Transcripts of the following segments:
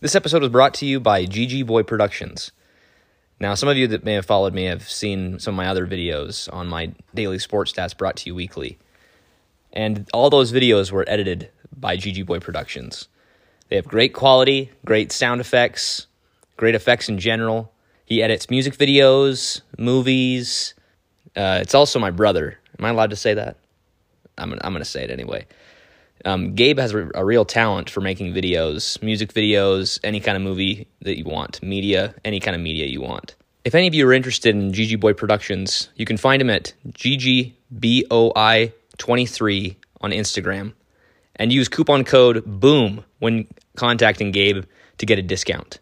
This episode was brought to you by GG Boy Productions. Now, some of you that may have followed me have seen some of my other videos on my daily sports stats brought to you weekly. And all those videos were edited by GG Boy Productions. They have great quality, great sound effects, great effects in general. He edits music videos, movies. Uh, it's also my brother. Am I allowed to say that? I'm, I'm going to say it anyway. Um, Gabe has a, a real talent for making videos, music videos, any kind of movie that you want, media, any kind of media you want. If any of you are interested in GG Boy Productions, you can find him at GGBOI23 on Instagram and use coupon code BOOM when contacting Gabe to get a discount.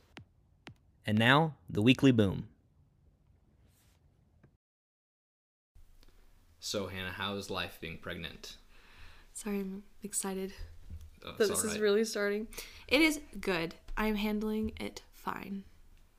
And now, the weekly boom. So, Hannah, how is life being pregnant? Sorry, I'm excited Oh, it's that this all is right. really starting. It is good. I'm handling it fine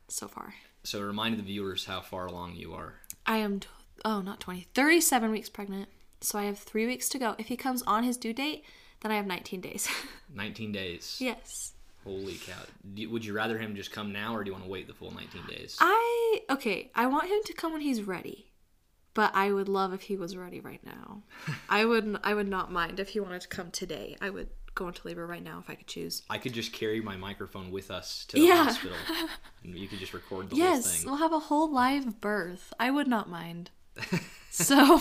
so far. So, remind the viewers how far along you are. I am, t- oh, not 20, 37 weeks pregnant. So I have three weeks to go. If he comes on his due date, then I have 19 days. 19 days. yes. Holy cow. Do- Would you rather him just come now or do you want to wait the full 19 days? I, okay, I want him to come when he's ready. But I would love if he was ready right now. I would I would not mind if he wanted to come today. I would go into labor right now if I could choose. I could just carry my microphone with us to the Yeah. hospital and you could just record the whole Yes, thing. we'll have a whole live birth. I would not mind. so,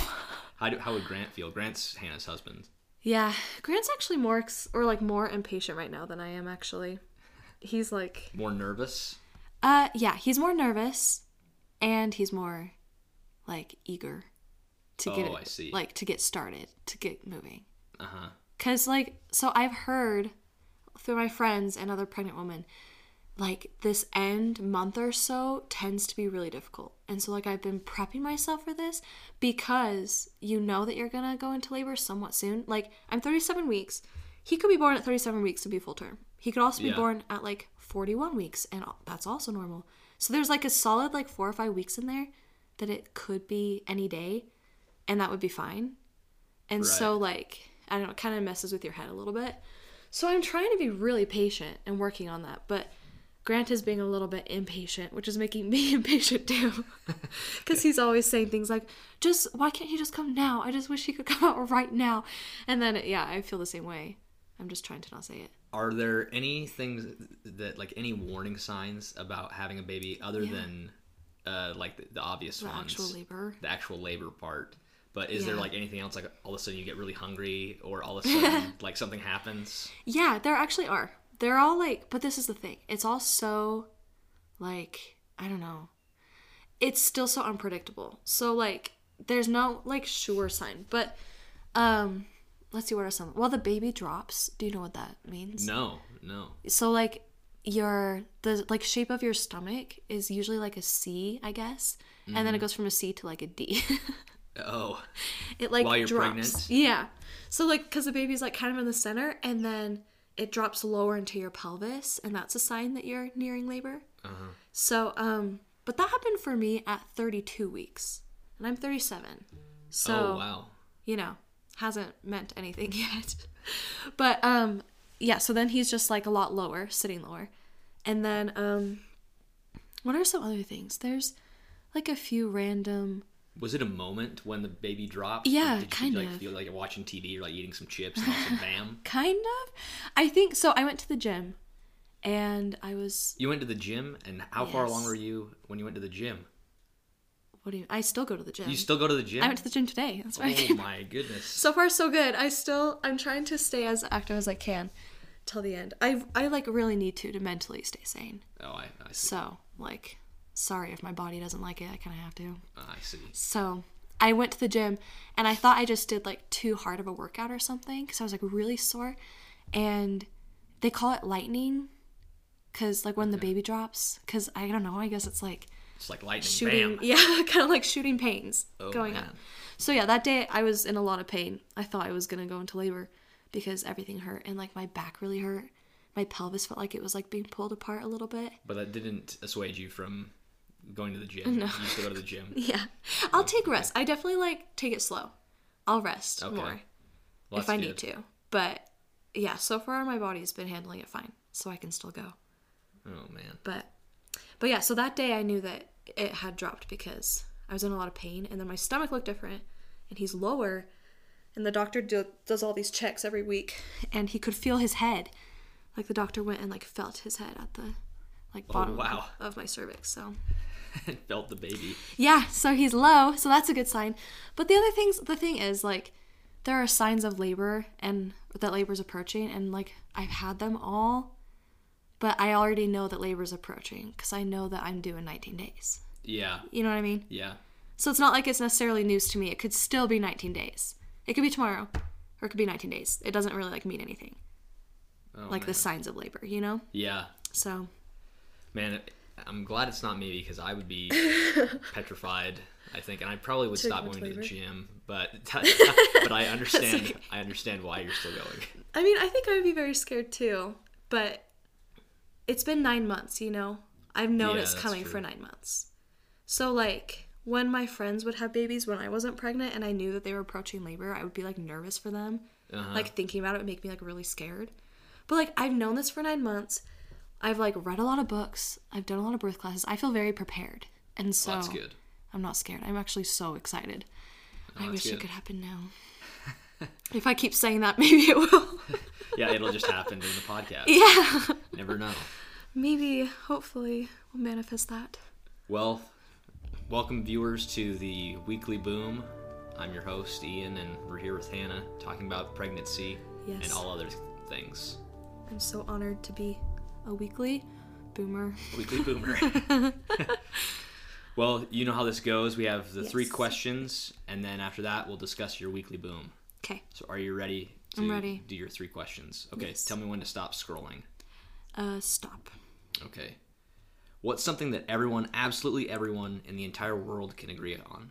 How, do, how would Grant feel? Grant's Hannah's husband. yeah, Grant's actually more ex- or like more impatient right now than I am actually. He's like, More nervous? uh, yeah, he's more nervous, and he's more like eager to get Oh, it- I see. like to get started to get moving. Uh huh. Cause like so I've heard through my friends and other pregnant women, like this end month or so tends to be really difficult. And so like I've been prepping myself for this because you know that you're gonna go into labor somewhat soon. Like I'm 37 weeks. He could be born at 37 weeks and be full term. He could also be Yeah. born at like 41 weeks and that's also normal. So there's like a solid like four or five weeks in there that it could be any day and that would be fine. And Right. so, like, I don't know, it kind of messes with your head a little bit. So, I'm trying to be really patient and working on that. But Grant is being a little bit impatient, which is making me impatient too. Because he's always saying things like, just why can't he just come now? I just wish he could come out right now. And then, yeah, I feel the same way. I'm just trying to not say it. Are there any things that, like, any warning signs about having a baby other Yeah. than, uh, like, the, the obvious The ones? actual labor. the actual labor part. But is there Yeah. like anything else? Like all of a sudden you get really hungry, or all of a sudden like something happens? Yeah, there actually are. They're all like, but this is the thing. It's all so, like, I don't know. It's still so unpredictable. So like, there's no like sure sign. But, um, let's see what are some. Well, the baby drops. Do you know what that means? No, no. So like, your the like shape of your stomach is usually like a C, I guess, and then it goes from a C to like a D. Oh, It like While you're drops. pregnant? Yeah. So like cuz the baby's like kind of in the center and then it drops lower into your pelvis and that's a sign that you're nearing labor. Uh-huh. So um but that happened for me at 32 weeks and I'm 37. So oh wow. you know, hasn't meant anything yet. but um yeah, so then he's just like a lot lower, sitting lower. And then um what are some other things? There's like a few random Was it a moment when the baby dropped? Yeah, Or did kind you, like, of. Feel like you're watching TV or like eating some chips and all of a sudden, bam. Kind of. I think so. I went to the gym and I was, You went to the gym, and how far along Yes. were you when you went to the gym? what do you, I still go to the gym. You still go to the gym? Um, I went to the gym today. That's why I oh came. my goodness. So far, so good. I still, I'm trying to stay as active as I can till the end. I, I like really need to to mentally stay sane. Oh, I, I see. So, like, sorry if my body doesn't like it. I kind of have to. I see. So I went to the gym and I thought I just did like too hard of a workout or something because I was like really sore. And they call it lightning because like when the baby drops, because I don't know, I guess it's like It's like lightning, shooting, bam. Oh, yeah, kind of like shooting pains going man. up. So yeah, that day I was in a lot of pain. I thought I was gonna go into labor because everything hurt and like my back really hurt. My pelvis felt like it was like being pulled apart a little bit. But that didn't assuage you from going to the gym. You still go to the gym. Yeah, I'll take rest. I definitely like take it slow. I'll rest Okay. more. Well, if that's I good. need to. But yeah, so far my body's been handling it fine, so I can still go. Oh man. But but yeah, so that day I knew that it had dropped because I was in a lot of pain and then my stomach looked different and he's lower and the doctor do, does all these checks every week and he could feel his head. Like the doctor went and like felt his head at the like bottom Oh, wow. of my cervix. So Felt the baby. yeah, so he's low, so that's a good sign. But the other things, the thing is, like, there are signs of labor and that labor's approaching, and like, I've had them all, but I already know that labor's approaching because I know that I'm due in 19 days. Yeah. You know what I mean? Yeah. So it's not like it's necessarily news to me. It could still be 19 days. It could be tomorrow, or it could be 19 days. It doesn't really like mean anything, Oh, like the signs of labor, you know? Yeah. So Man, I'm glad it's not me because I would be petrified. I think, and I probably would stop go to going to the labor? gym. But but I understand. I understand why you're still going. I mean, I think I would be very scared too, but it's been nine months, you know? I've known Yeah, it's that's coming true. for nine months. So, like, when my friends would have babies when I wasn't pregnant and I knew that they were approaching labor, I would be like nervous for them. Uh-huh. Like, thinking about it would make me like really scared. But, like, I've known this for nine months. I've like read a lot of books, I've done a lot of birth classes. I feel very prepared. And so, That's good. Oh, I'm not scared. I'm actually so excited. I that's wish good. it could happen now. if I keep saying that, maybe it will. Yeah, it'll just happen during the podcast. yeah. Never know. Maybe, hopefully, we'll manifest that. Well, welcome viewers to the weekly boom. I'm your host Ian, and we're here with Hannah talking about pregnancy Yes. and all other things. I'm so honored to be a weekly boomer. Weekly Boomer. well, you know how this goes. We have the three Yes. questions, and then after that, we'll discuss your weekly boom. Okay. So, are you ready to I'm ready. do your three questions? Okay, Yes. tell me when to stop scrolling. Uh, stop. Okay. What's something that everyone, absolutely everyone in the entire world can agree on?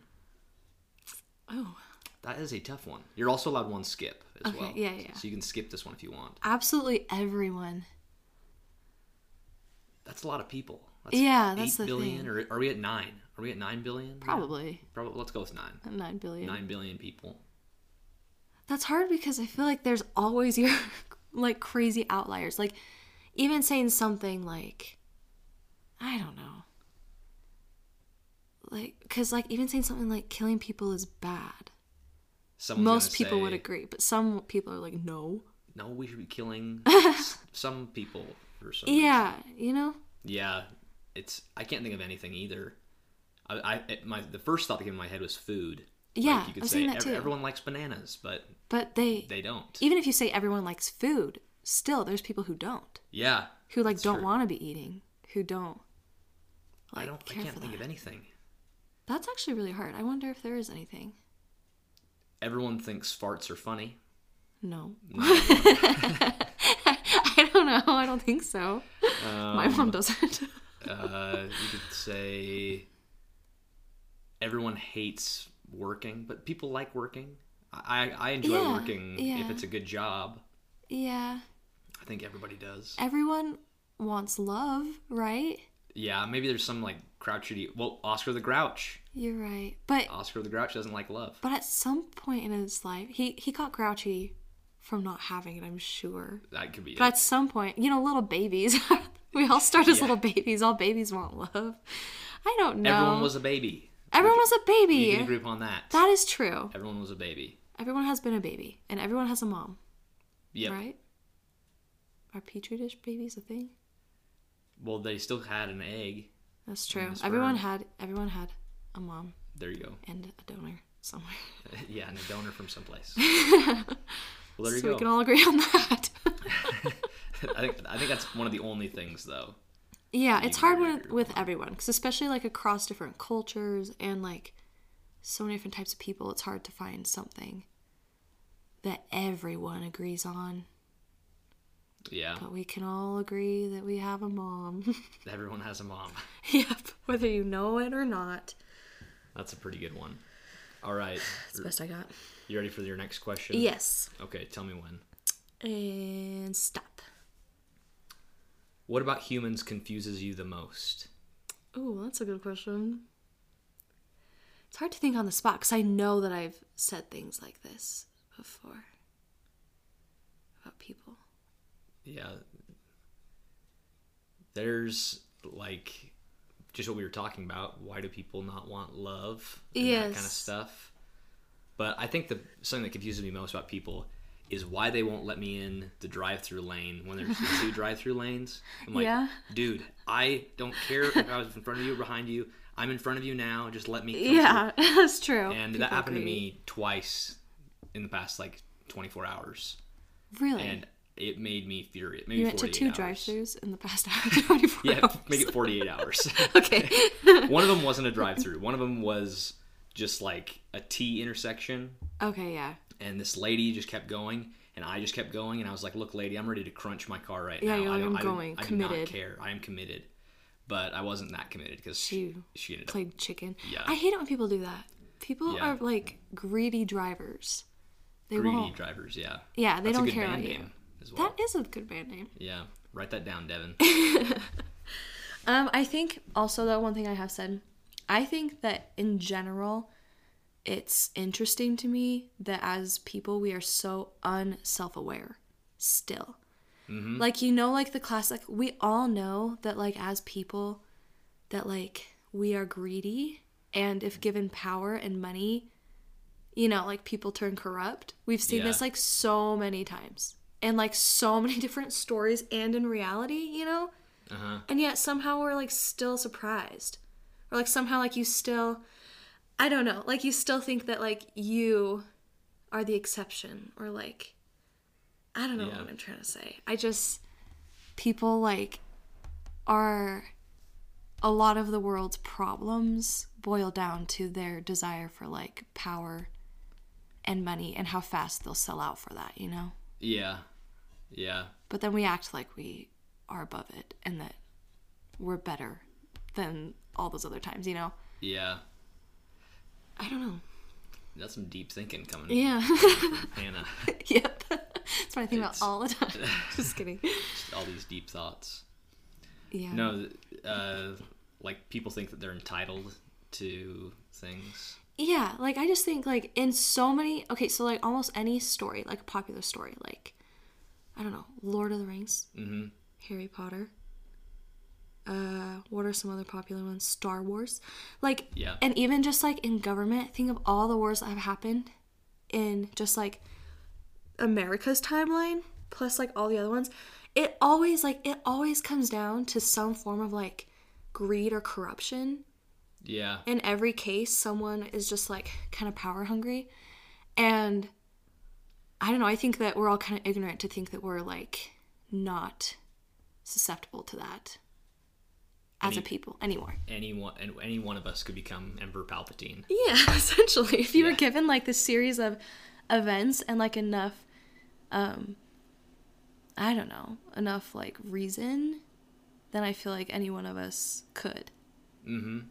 Oh, That is a tough one. You're also allowed one skip as Okay, well. yeah, yeah. So you can skip this one if you want. absolutely everyone. That's a lot of people. That's Yeah, that's the billion, thing. Or are we at nine? Are we at nine billion? Probably Probably. Let's go with nine. nine billion. Nine billion people. That's hard because I feel like there's always your like crazy outliers. Like, even saying something like, I don't know. Like, because like even saying something like killing people is bad. Someone's Most gonna people would say, agree, but some people are like, no. no, we should be killing s- some people or something. Yeah, you know. Yeah, it's. I can't think of anything either. I, I it, my the first thought that came in my head was food. Yeah, you I could was say saying that "Ev- too. everyone likes bananas, but But they, they don't. even if you say everyone likes food, still there's people who don't, Yeah, who like don't true. want to be eating, who don't. Like, I don't. I care can't for think that. of anything. That's actually really hard. I wonder if there is anything. Everyone thinks farts are funny. No. I don't know. I don't think so. My Um, mom doesn't. Uh, you could say everyone hates working, but people like working. I I I enjoy Yeah, working if yeah. it's a good job. yeah. I think everybody does. Everyone wants love, right? Yeah, maybe there's some like Grouchity. Well, Oscar the Grouch. You're right. But Oscar the Grouch doesn't like love. but at some point in his life, he he got grouchy from not having it, I'm sure. That could be. But It. at some point, you know, little babies. we all start as Yeah. little babies. All babies want love. I don't know. Everyone was a baby. Everyone was a You can baby. agree upon that. That is true. Everyone was a baby. Everyone has been a baby, and everyone has a mom, Yep. right? Are petri dish babies a thing? Well, they still had an egg. That's true. the sperm. Everyone had everyone had a mom There you go. and a donor somewhere. yeah, and a donor from someplace. well, there you so go. we can all agree on that. I think I think that's one of the only things though. yeah, it's hard agree when, with everyone, because especially like across different cultures and like so many different types of people, it's hard to find something that everyone agrees on. Yeah, But we can all agree that we have a mom. everyone has a mom. yep, whether you know it or not. That's a pretty good one. All right, That's the best I got. you ready for your next question? Yes. Okay, tell me when. And stop. What about humans confuses you the most? Oh, that's a good question. It's hard to think on the spot because I know that I've said things like this before about people. Yeah. there's like just what we were talking about. Why do people not want love? That kind of Yes. stuff. But I think the something that confuses me most about people is why they won't let me in the drive-through lane when there's the two drive-through lanes. I'm like, Yeah. dude, I don't care if I was in front of you or behind you. I'm in front of you now. Just let me. come Yeah, that's true. through. And People that happened to agree. me twice in the past like 24 hours, Really? and it made me furious. Maybe you went to 48 two hours. drive-throughs in the past hour, 24 Yeah, hours. make it 48 hours. okay. One of them wasn't a drive-through. One of them was just like a T intersection, okay, yeah. and this lady just kept going, and I just kept going, and I was like, "Look, lady, I'm ready to crunch my car right Yeah, now. you're I like, don't, I'm I don't- going, I do committed." not care. I am committed." But I wasn't that committed because she, She she ended up. Played chicken. Yeah. I hate it when people do that. People Yeah. are like greedy drivers. They greedy won't. drivers. Yeah, yeah, they that's don't a good care band about you. name as well. That is a good band name. Yeah, write that down, Devin. Um, I think also though one thing I have said, I think that in general, it's interesting to me that as people we are so unself-aware still. Like you know, like the classic. We all know that like as people, that like we are greedy, and if given power and money, you know, like people turn corrupt. We've seen Yeah. this like so many times, and like so many different stories, and in reality, you know Uh-huh. and yet somehow we're like still surprised or like somehow like you still i don't know like you still think that like you are the exception or like i don't know Yeah. what i'm trying to say i just people like are a lot of the world's problems boil down to their desire for like power and money and how fast they'll sell out for that you know Yeah, yeah, but then we act like we are above it and that we're better than all those other times, you know? yeah. I don't know. That's some deep thinking coming Yeah. from Hannah. yep. That's what I think It's- about all the time. Just kidding. Just all these deep thoughts. Yeah. No, uh, like people think that they're entitled to things. Yeah, like I just think like in so many okay, so like almost any story, like a popular story, like I don't know, Lord of the Rings, Mhm. Harry Potter. Uh, what are some other popular ones? Star Wars, like Yeah. and even just like in government, think of all the wars that have happened in just like America's timeline, plus like all the other ones. It always like it always comes down to some form of like greed or corruption Yeah, in every case someone is just like kind of power hungry and i don't know i think that we're all kind of ignorant to think that we're like not susceptible to that as a people anymore anyone and any one of us could become Emperor Palpatine. yeah essentially if you were given like this series of events and like enough um i don't know enough like reason then i feel like any one of us could Mm-hmm.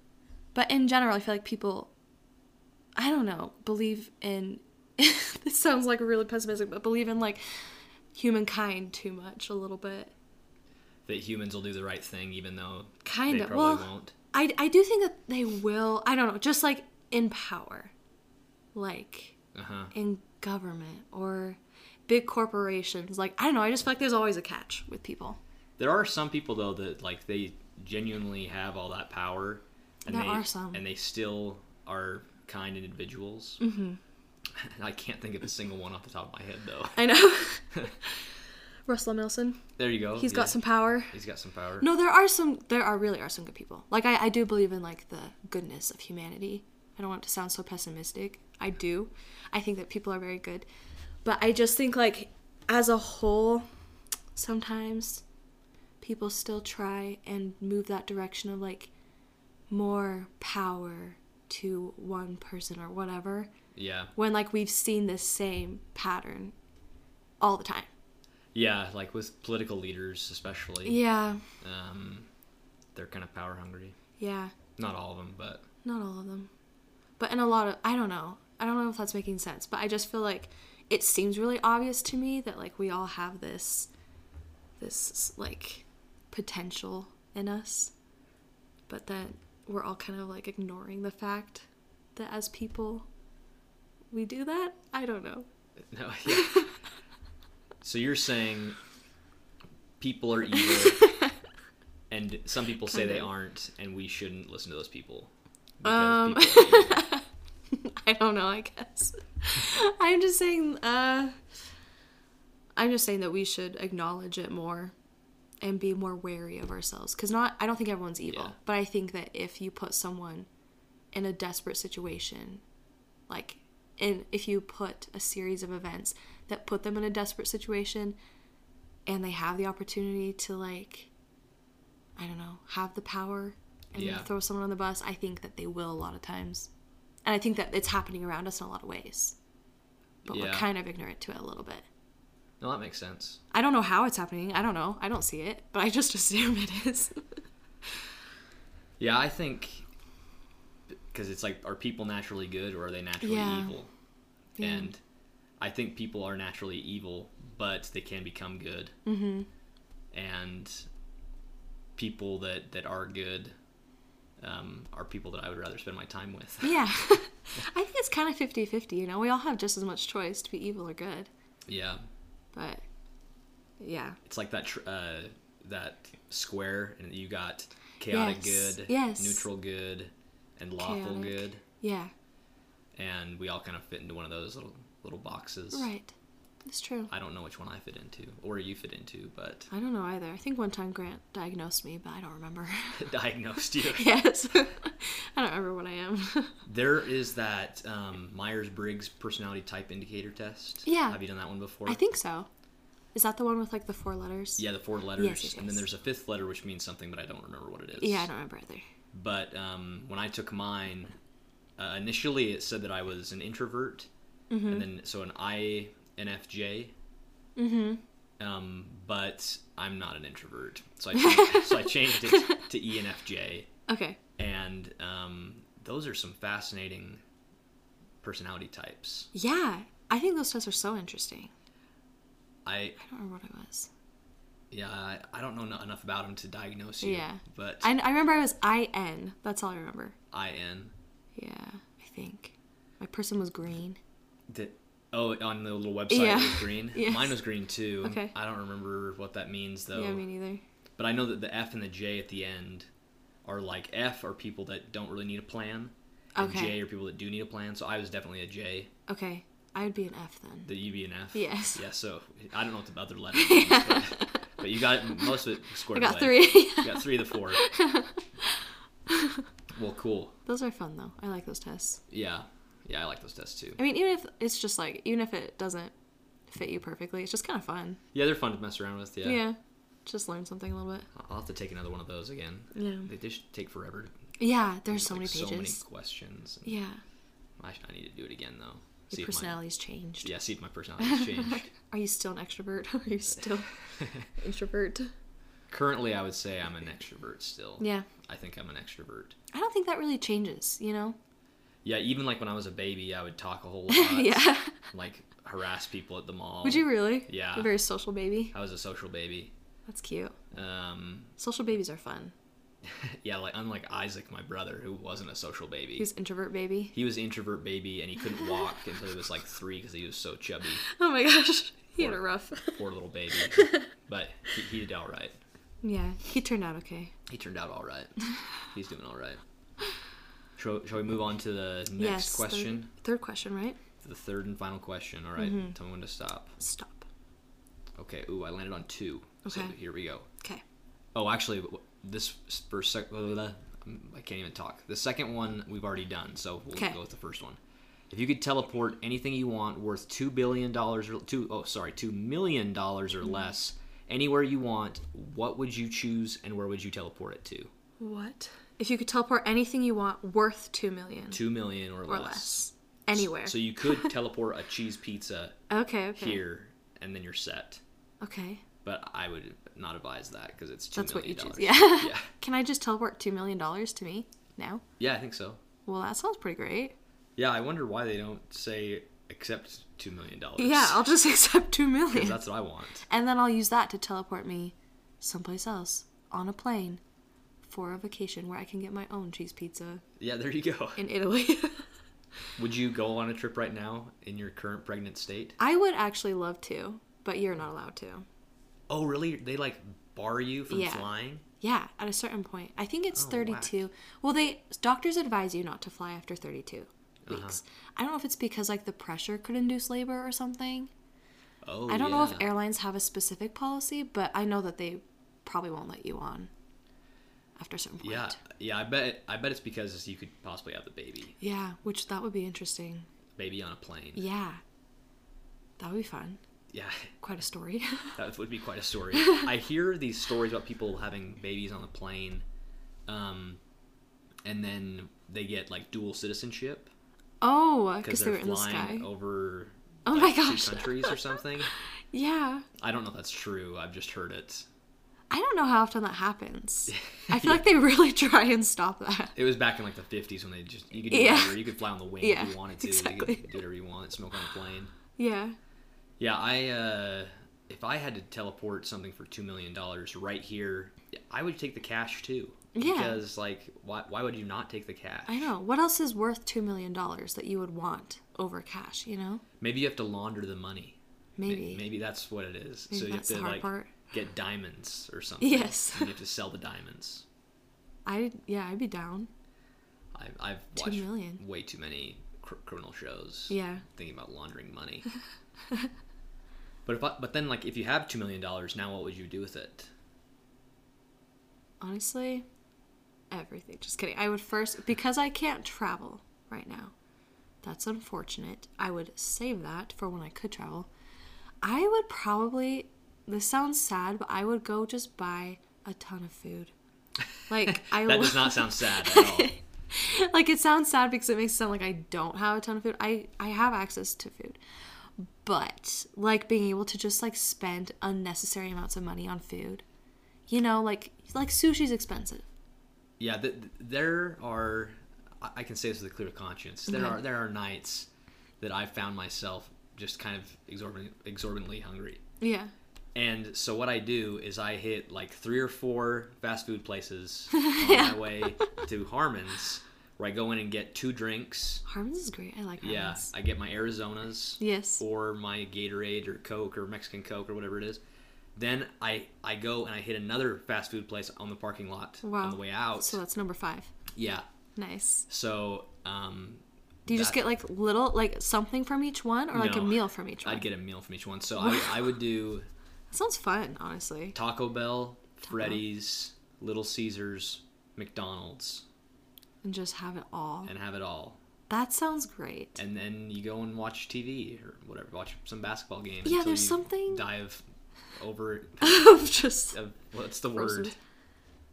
But in general, I feel like people, I don't know, believe in. this sounds like really pessimistic, but believe in like humankind too much a little bit. That humans will do the right thing, even though Kind they of. probably Well, won't. I I do think that they will. I don't know, just like in power, like Uh huh. in government or big corporations. Like I don't know. I just feel like there's always a catch with people. There are some people though that like they genuinely have all that power. And There they, are some. and they still are kind individuals. Mm-hmm. I can't think of a single one off the top of my head though. I know. Russell Nelson, There you go. he's He's got some power. He's got some power. No, there are some. There are really are some good people. Like I, I do believe in like the goodness of humanity. I don't want it to sound so pessimistic. I do. I think that people are very good, but I just think like as a whole, sometimes people still try and move that direction of like more power to one person or whatever Yeah. when like we've seen this same pattern all the time. Yeah, like with political leaders especially. Yeah. Um, they're kind of power hungry. Yeah. Not all of them, but Not all of them. But in a lot of I don't know. I don't know if that's making sense, but I just feel like it seems really obvious to me that like we all have this this like potential in us. But that we're all kind of like ignoring the fact that as people we do that. I don't know. no. Yeah. so you're saying people are evil And some people say Kinda. they aren't, and we shouldn't listen to those people. Um. Because people are evil. I don't know, I guess. I'm just saying uh I'm just saying that we should acknowledge it more and be more wary of ourselves cuz not I don't think everyone's evil, Yeah. but I think that if you put someone in a desperate situation like in if you put a series of events that put them in a desperate situation and they have the opportunity to like I don't know, have the power and Yeah. throw someone on the bus, I think that they will a lot of times. And I think that it's happening around us in a lot of ways. But we're Yeah. kind of ignorant to it a little bit. no, that makes sense. I don't know how it's happening. I don't know. I don't see it, but I just assume it is. Yeah, I think because it's like, are people naturally good or are they naturally Yeah. evil? Yeah. And I think people are naturally evil, but they can become good. Mm-hmm. And people that that are good um, are people that I would rather spend my time with. yeah. I think it's kind of 50 50, you know? We all have just as much choice to be evil or good. yeah, But yeah. it's like that tr- uh, that square, and you got chaotic Yes, good, yes. neutral good, and lawful Chaotic. good, Yeah. and we all kind of fit into one of those little little boxes. Right. It's true. I don't know which one I fit into or you fit into, but I don't know either. I think one time Grant diagnosed me, but I don't remember. diagnosed you. yes. I don't remember what I am. There is that um, Myers Briggs personality type indicator test. Yeah. Have you done that one before? I think so. Is that the one with like the four letters? Yeah, the four letters, yes, and then yes. there's a fifth letter which means something, but I don't remember what it is. Yeah, I don't remember either. But um, when I took mine, uh, initially it said that I was an introvert, Mm-hmm. and then so an INFJ. Mm-hmm. Um, but I'm not an introvert, so I changed, so I changed it to E ENFJ. Okay. and um, those are some fascinating personality types. Yeah, I think those tests are so interesting. I I don't remember what I was. yeah, I, I don't know n- enough about them to diagnose you. Yeah. but I, I remember I was IN. That's all I remember. I N. Yeah, I think. My person was green. Did, oh, on the little website Yeah. it was green. Yes. Mine was green too. Okay. I don't remember what that means though. Yeah, me neither. but I know that the F and the J at the end are like F are people that don't really need a plan. And Okay. J are people that do need a plan. So I was definitely a J. Okay, I would be an F then. The U, B, and F. Yes. Yeah. So I don't know what the other letter. means, but, but you got most of it I squared got away. three. You got three of the four. well, cool. those are fun though. I like those tests. Yeah. Yeah, I like those tests too. I mean, even if it's just like, even if it doesn't fit you perfectly, it's just kind of fun. Yeah, they're fun to mess around with. Yeah. Yeah. Just learn something a little bit. I'll have to take another one of those again. Yeah. They just take forever. Yeah, there's so like, many So many pages. questions. Yeah, I, should- I need to do it again though. your if my, personality's changed. yeah, see if my personality's changed. Are you still an extrovert? Are you still introvert? Currently, I would say I'm an extrovert still. Yeah. I think I'm an extrovert. I don't think that really changes, you know? Yeah, even like when I was a baby, I would talk a whole lot. yeah. Like harass people at the mall. Would you really? Yeah. You're a very social baby. I was a social baby. That's cute. Um, Social babies are fun. yeah, like unlike Isaac, my brother, who wasn't a social baby. He's introvert baby. he was introvert baby and he couldn't walk until he was like three because he was so chubby. Oh my gosh. He had a Poor- rough. Poor little baby. But he, he did all right. yeah, he turned out okay. He turned out all right. He's doing all right. Shall, shall we move on to the next yes. third- question? Third, question, right? The third and final question. All right, Mm-hmm. Tell me when to stop. Stop. Okay. Ooh, I landed on two. So Okay. here we go. Okay. Oh, actually, w- this first sec- blah, blah, blah. I can't even talk. The second one we've already done, so we'll Okay. go with the first one. If you could teleport anything you want worth two billion dollars or two oh sorry two million dollars Mm-hmm. or less anywhere you want, what would you choose and where would you teleport it to? What? If you could teleport anything you want worth 2 million Two million or, or less. Anywhere. So you could teleport a cheese pizza okay, okay. here, and then you're set. Okay. But I would not advise that because it's two That's what you million choose. dollars. Yeah. yeah, Can I just teleport $2 million to me now? yeah, I think so. Well, that sounds pretty great. Yeah, I wonder why they don't say accept two million dollars. Yeah, I'll just accept two million, that's what I want. and then I'll use that to teleport me someplace else on a plane for a vacation where I can get my own cheese pizza Yeah, there you go. in Italy. Would you go on a trip right now in your current pregnant state? I would actually love to, but you're not allowed to. Oh, really? They like bar you from Yeah. flying? Yeah, at a certain point. I think it's Oh, 32. Well, they doctors advise you not to fly after 32 weeks. Uh-huh. I don't know if it's because like the pressure could induce labor or something. Oh, I don't know if yeah. airlines have a specific policy, but I know that they probably won't let you on after a certain point. Yeah, yeah. I bet. I bet it's because you could possibly have the baby, Yeah, which that would be interesting. baby on a plane. Yeah. That would be fun. Yeah, Quite a story. that would be quite a story. I hear these stories about people having babies on a plane, um, and then they get like dual citizenship oh, because because they they're were in the flying sky. over Oh like, my two gosh. countries or something. Yeah. I don't know if that's true. I've just heard it. I don't know how often that happens. I feel like they really try and stop that. It was back in like the fifties when they just you could do Yeah. whatever. you could fly on the wing Yeah, if you wanted to. You exactly. could do whatever you want. Smoke on a plane. Yeah. Yeah, I uh, if I had to teleport something for two million dollars right here, I would take the cash too. Yeah. Because like, why why would you not take the cash? I know. What else is worth $2 million that you would want over cash, you know? Maybe you have to launder the money. Ma- Maybe. Maybe that's what it is. Maybe so you that's the have to hard like part. get diamonds or something. Yes. And you have to sell the diamonds. I yeah, I'd be down. I, I've Two watched million. way too many cr- criminal shows. Yeah. Thinking about laundering money. but if I, but then like if you have two million dollars now, what would you do with it? Honestly, everything. Just kidding. I would first because I can't travel right now. That's unfortunate. I would save that for when I could travel. I would probably this sounds sad, but I would go just buy a ton of food. Like I That does lo- not sound sad at all. like it sounds sad because it makes it sound like I don't have a ton of food. I I have access to food. But like being able to just like spend unnecessary amounts of money on food. You know, like like sushi's expensive. Yeah, th- th- there are. I I can say this with a clear conscience. There are there are nights that I found myself just kind of exorbitant, exorbitantly hungry. Yeah. And so what I do is I hit like three or four fast food places on my way to Harmon's, where I go in and get two drinks. Harmons is great. I like Yeah, Harmons. I get my Arizonas. Yes. Or my Gatorade or Coke or Mexican Coke or whatever it is. Then I I go and I hit another fast food place on the parking lot Wow. on the way out. So that's number five. yeah. Nice. So um, Do you just That- get like little, like something from each one or like a No. meal from each one? I'd get a meal from each one. So I, I would do That sounds fun, honestly. Taco Bell, Freddy's, Little Caesars, McDonald's, And just have it all. and have it all. That sounds great. And then you go and watch TV or whatever, watch some basketball game. Yeah, until there's you something- Die of over. just of, what's the Frozen. word?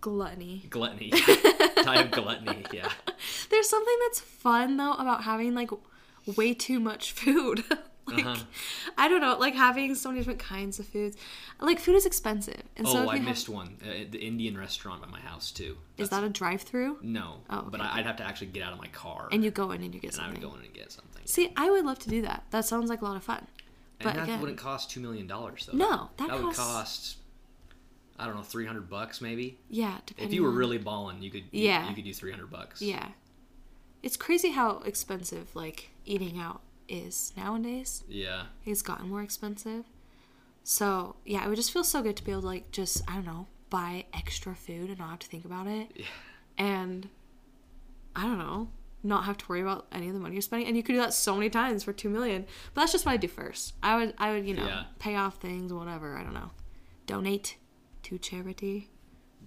gluttony. Gluttony. die of gluttony. Yeah. There's something that's fun though about having like way too much food. like Uh-huh. I don't know, like having so many different kinds of foods. Like food is expensive, and so oh, if I you have, missed one. Uh, the Indian restaurant by my house too. is that a drive-through? no? Oh, okay. But I, I'd have to actually get out of my car. And you go in and you get and I something. would go in and get something. See, I would love to do that. That sounds like a lot of fun. But and that again, wouldn't cost two million dollars though. No, that would costs- cost I don't know, three hundred bucks maybe. yeah, If depending you were on- really balling, you could you, Yeah. you could do three hundred bucks. yeah, it's crazy how expensive like eating out is nowadays. Yeah. It's gotten more expensive. So yeah, it would just feel so good to be able to like just I don't know buy extra food and not have to think about it, and I don't know not have to worry about any of the money you're spending. And you could do that so many times for two million. But that's just what I do first. I would I would you know Yeah. pay off things whatever I don't know, donate to charity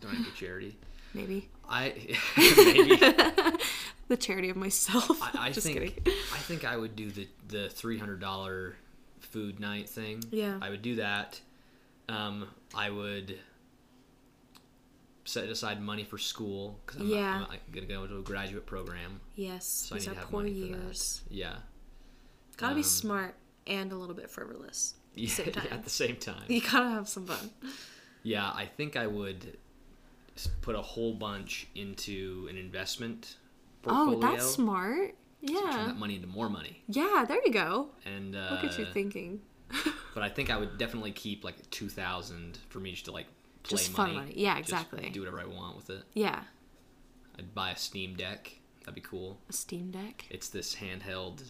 Don't have to charity. maybe I maybe the charity of myself. I, I just think kidding. I think I would do the the three hundred dollar food night thing. Yeah. I would do that. Um, I would set aside money for school because I'm, not- Yeah. I'm not gonna go into a graduate program, Yes, so these I need are to have poor money for that. years. Yeah. Gotta be Um, smart and a little bit frivolous. Yeah, Same time. at the same time. You gotta have some fun. Yeah, I think I would s- put a whole bunch into an investment portfolio. Oh, that's smart. Turn Yeah. that money into more money. Yeah, there you go. And uh, Look at you thinking. But I think I would definitely keep like two thousand for me just to like play Just money. fun money. Yeah, Just exactly. do whatever I want with it. Yeah. I'd buy a Steam Deck. That'd be cool. A Steam Deck. It's this handheld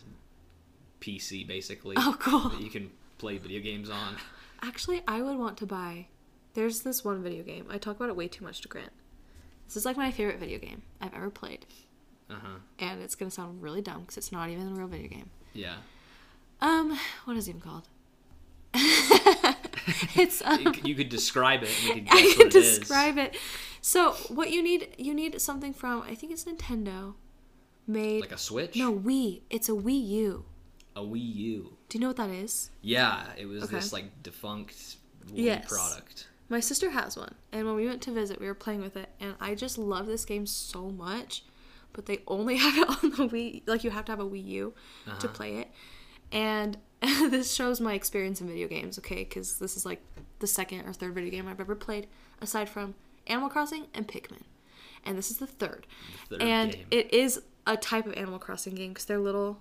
PC basically Oh, cool. that you can play video games on. Actually, I would want to buy There's this one video game. I talk about it way too much to Grant. This is like my favorite video game I've ever played. Uh huh. And it's going to sound really dumb because it's not even a real video game. Yeah. Um, what is it even called? it's um, You c- You could describe it. And we could guess I what can it is. describe it. So what you need you need something from I think it's Nintendo made Like a Switch. No Wii. It's a Wii U. A Wii U. Do you know what that is? Yeah, it was Okay. this like defunct Wii Yes. product. My sister has one, and when we went to visit, we were playing with it, and I just love this game so much. But they only have it on the Wii. Like you have to have a Wii U Uh-huh. to play it, and this shows my experience in video games. Okay, because this is like the second or third video game I've ever played, aside from Animal Crossing and Pikmin, and this is the third. The third and game. it is a type of Animal Crossing game because they're little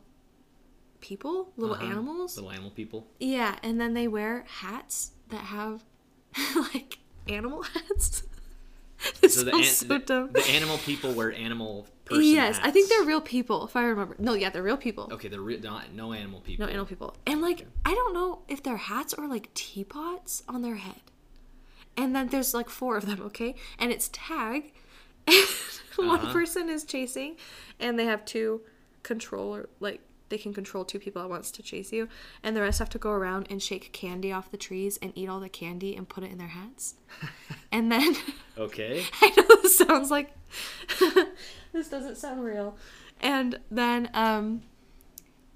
people, little Uh-huh. animals. Little animal people. Yeah, and then they wear hats that have like animal hats. this So the, an- sounds so the, dumb. the animal people wear animal person yes, I think hats. they're real people, if I remember. No, yeah, they're real people. Okay, they're re- not no animal people. No animal people. And like I don't know if they're hats or like teapots on their head. And then there's like four of them, okay? And it's tag. And one Uh-huh. person is chasing and they have two controller like they can control two people at once to chase you and the rest have to go around and shake candy off the trees and eat all the candy and put it in their hats. and then Okay. I know this sounds like this doesn't sound real. And then, um,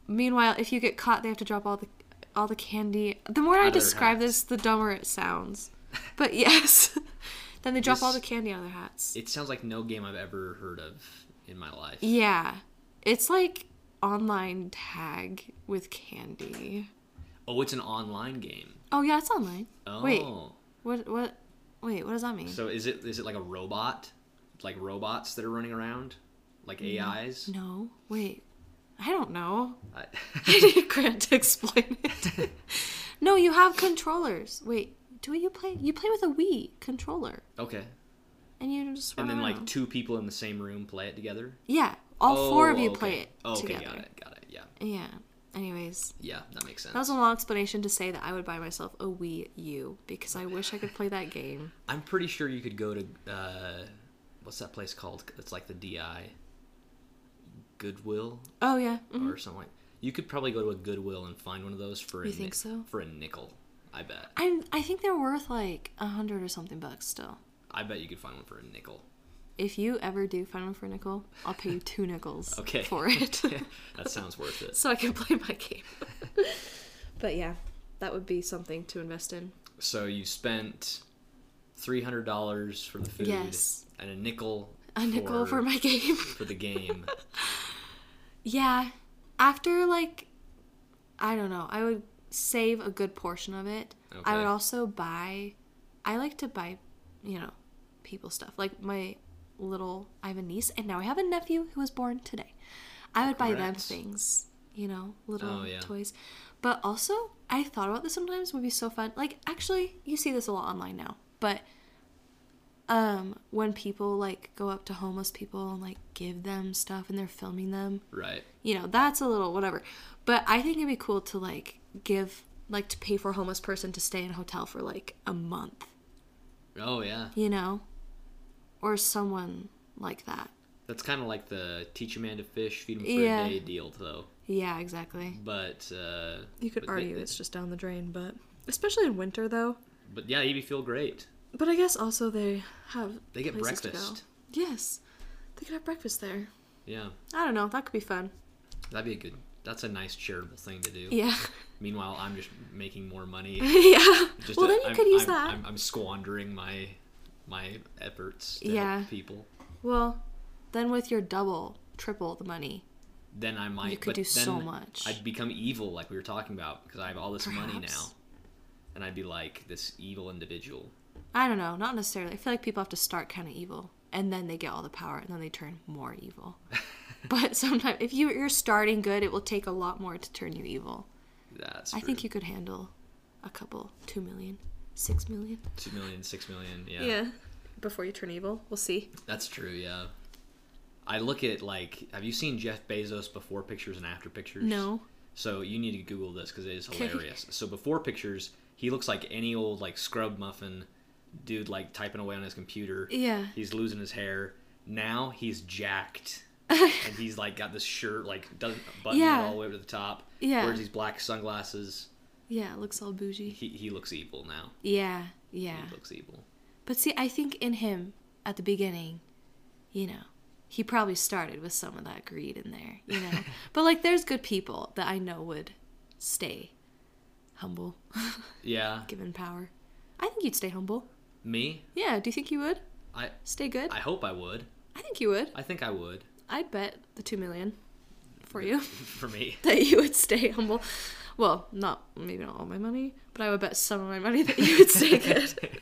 meanwhile, if you get caught, they have to drop all the all the candy. The more I of their describe hats. this, the dumber it sounds. But yes, then they drop all the This- candy out of their hats. It sounds like no game I've ever heard of in my life. yeah, it's like online tag with candy. Oh, it's an online game. Oh yeah, it's online. Oh. Wait, what? What? Wait, what does that mean? So is it is it like a robot? Like robots that are running around? Like Mm. AIs? no, wait, I don't know. I, I need Grant to explain it. no, you have controllers. Wait, do you play? You play with a Wii controller, okay. and you just And run then like around. two people in the same room play it together? yeah, all Oh, four of you play okay. it Oh, okay, together. got it. Got it. Yeah. Yeah. Anyways, Yeah, that makes sense. that was a long explanation to say that I would buy myself a Wii U because I wish I could play that game. I'm pretty sure you could go to uh, what's that place called? It's like the DI Goodwill Oh yeah. mhm. or something. like You could probably go to a Goodwill and find one of those for a You think nic- so? for a nickel. I bet. I'm. I think they're worth like a hundred or something bucks still. I bet you could find one for a nickel. If you ever do find one for a nickel, I'll pay you two nickels Okay. for it. that sounds worth it. so I can play my game. but yeah, that would be something to invest in. So you spent three hundred dollars for the food Yes. and a nickel. A nickel for my game. for the game. yeah. After like I don't know, I would save a good portion of it. I Okay. would also buy I like to buy, you know, people stuff. Like my little I have a niece and now I have a nephew who was born today. I would buy them Congrats. things, you know, little Oh, yeah. toys. But also, I thought about this sometimes would be so fun. Like actually, you see this a lot online now, but um when people like go up to homeless people and like give them stuff and they're filming them right. you know that's a little whatever but i think it'd be cool to like give like to pay for a homeless person to stay in a hotel for like a month Oh yeah. you know or someone like that That's kind of like the teach a man to fish, feed him for Yeah. a day deal, though. yeah exactly But uh, you could but they- argue they- it's just down the drain but especially in winter though But yeah, you feel great. but i guess also they have They get places to go. breakfast. yes they could have breakfast there Yeah, i don't know that could be fun that'd be a good. That's a nice charitable thing to do. yeah Meanwhile, I'm just making more money. yeah Just well to- then you I'm- could use I'm- that I'm, I'm squandering my my efforts. To Yeah. Help people. well then with your double triple the money Then I might. You could but do then so much. I'd become evil, like we were talking about, because I have all this money now, Perhaps. and I'd be like this evil individual. I don't know, not necessarily. I feel like people have to start kind of evil and then they get all the power and then they turn more evil. but sometimes if you you're starting good, it will take a lot more to turn you evil. That's. I think you could handle a couple, 2 million, 6 million. Two million, six million. Yeah. Before you turn evil, we'll see. That's true. Yeah. I look at like, have you seen Jeff Bezos before pictures and after pictures? No. So you need to Google this because it is Okay. hilarious. So before pictures, he looks like any old like scrub muffin dude like typing away on his computer. Yeah. He's losing his hair. Now he's jacked. and he's like got this shirt like doesn't button Yeah. all the way up to the top. Yeah. Wears these black sunglasses. Yeah, it looks all bougie. He he looks evil now. Yeah, yeah. He looks evil. But see, I think in him at the beginning, you know, he probably started with some of that greed in there, you know. but like, there's good people that I know would stay humble Yeah. given power. I think you'd stay humble. Me? Yeah, do you think you would I stay good? I I, hope I would. think you would. I think I would. I'd bet the two million for you For me. that you would stay humble. Well, not maybe not all my money, but I would bet some of my money that you would stay good.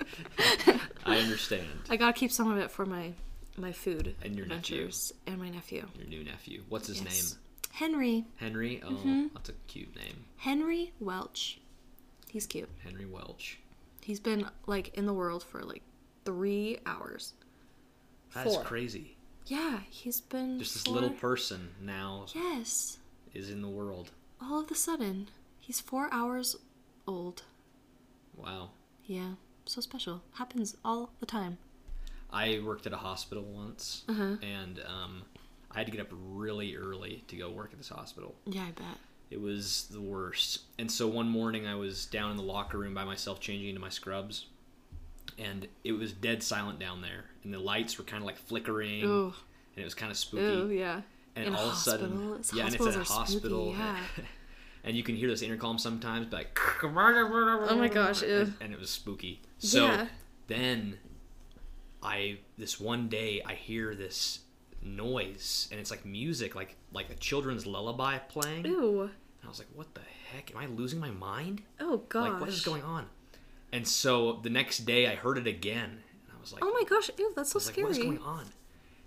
I understand. I gotta keep some of it for my my food And your nephew. adventures and my nephew. Your new nephew. What's his Yes. name? Henry. Henry? Oh, Mm-hmm. that's a cute name. Henry Welch. He's cute. Henry Welch. He's been like in the world for like three hours. That's Four. crazy. Yeah, he's been Just this four- little person now Yes. is in the world. All of a sudden, he's four hours old. Wow. Yeah. So special. Happens all the time. I worked at a hospital once, Uh-huh. and um, I had to get up really early to go work at this hospital. Yeah, I bet. It was the worst. And so one morning I was down in the locker room by myself changing into my scrubs, and it was dead silent down there, and the lights were kind of like flickering, Ooh. and it was kind of spooky. Ooh, yeah. and In a all of a hospital, sudden, it's- yeah, and it's at a hospitals are spooky, hospital, yeah. and you can hear this intercom sometimes, but like, Oh my gosh. Ew. and, and it was spooky. So Yeah. then, I this one day I hear this noise, and it's like music, like like a children's lullaby playing, and Ew. I was like, what the heck? Am I losing my mind? Oh gosh. Like, what is going on? And so the next day I heard it again, and I was like, Oh my gosh. Ew, that's so I was scary. like, what is going on?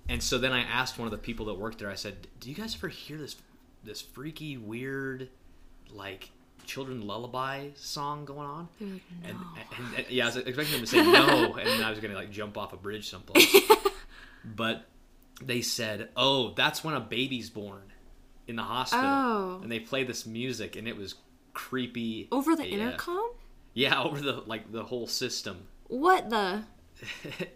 And so then I asked one of the people that worked there. I said, "Do you guys ever hear this this freaky, weird, like children lullaby song going on?" They're like, no. And, and, and- yeah, I was expecting them to say no, and then I was gonna like jump off a bridge someplace. but they said, "Oh, that's when a baby's born in the hospital," Oh. and they played this music, and it was creepy Over the AF. intercom? Yeah, over the like the whole system, What the?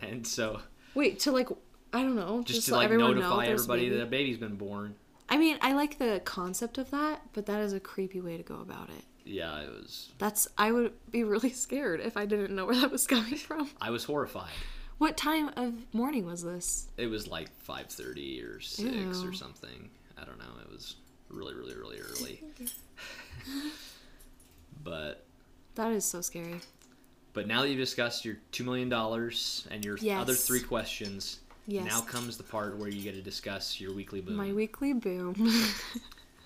and so. Wait, to like, I don't know, just, just, to let like everyone notify know there's everybody maybe- that a baby's been born. I mean, I like the concept of that, but that is a creepy way to go about it. Yeah, it was. That's I would be really scared if I didn't know where that was coming from. I was horrified. What time of morning was this? It was like five thirty or six Ew. or something. I don't know. It was really, really, really early. but That is so scary. but now that you've discussed your two million dollars and your other Yes. three questions, Yes. now comes the part where you get to discuss your weekly boom. My weekly boom.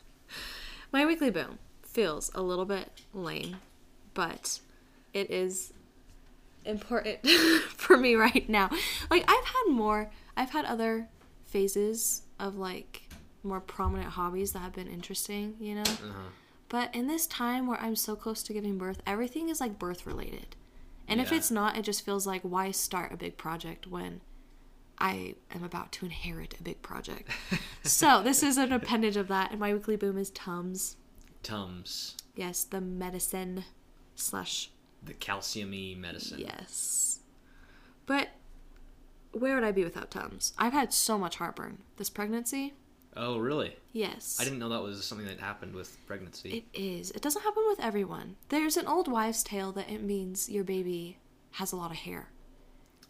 My weekly boom feels a little bit lame, but it is important for me right now. Like I've had more, I've had other phases of like more prominent hobbies that have been interesting, you know. Uh-huh. But in this time where I'm so close to giving birth, everything is like birth related. And if Yeah. it's not, it just feels like why start a big project when I am about to inherit a big project. so this is an appendage of that, and my weekly boom is Tums. Tums, Yes, the medicine slash the calciumy medicine. yes. But where would I be without Tums? I've had so much heartburn this pregnancy. Oh, really? Yes, I didn't know that was something that happened with pregnancy. It is. It doesn't happen with everyone. There's an old wives' tale that it means your baby has a lot of hair.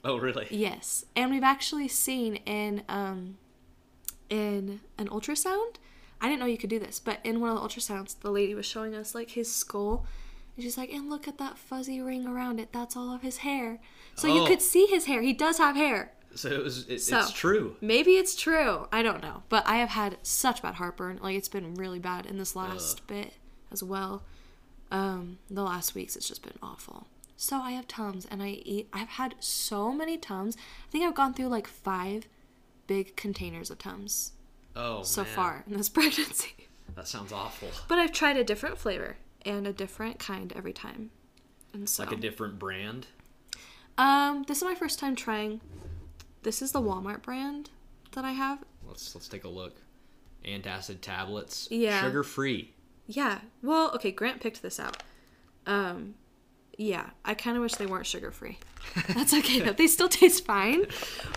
oh, really? Yes, and we've actually seen in um, in an ultrasound. I didn't know you could do this, but in one of the ultrasounds, the lady was showing us like his skull, and she's like, "And look at that fuzzy ring around it. That's all of his hair." So you Oh. could see his hair. He does have hair. So it was. It, So- it's true. Maybe it's true. I don't know, but I have had such bad heartburn. Like it's been really bad in this last bit as well. Um, the last weeks it's just been awful. So I have tums, and I eat. I've had so many tums. I think I've gone through like five big containers of tums Oh, so man. far in this pregnancy. That sounds awful. But I've tried a different flavor and a different kind every time. And so, Like a different brand. um, this is my first time trying. This is the Walmart brand that I have. Let's let's take a look. Antacid tablets. Yeah. Sugar free. Yeah. Well, okay, Grant picked this out. Um yeah, I kind of wish they weren't sugar free. That's okay though; they still taste fine.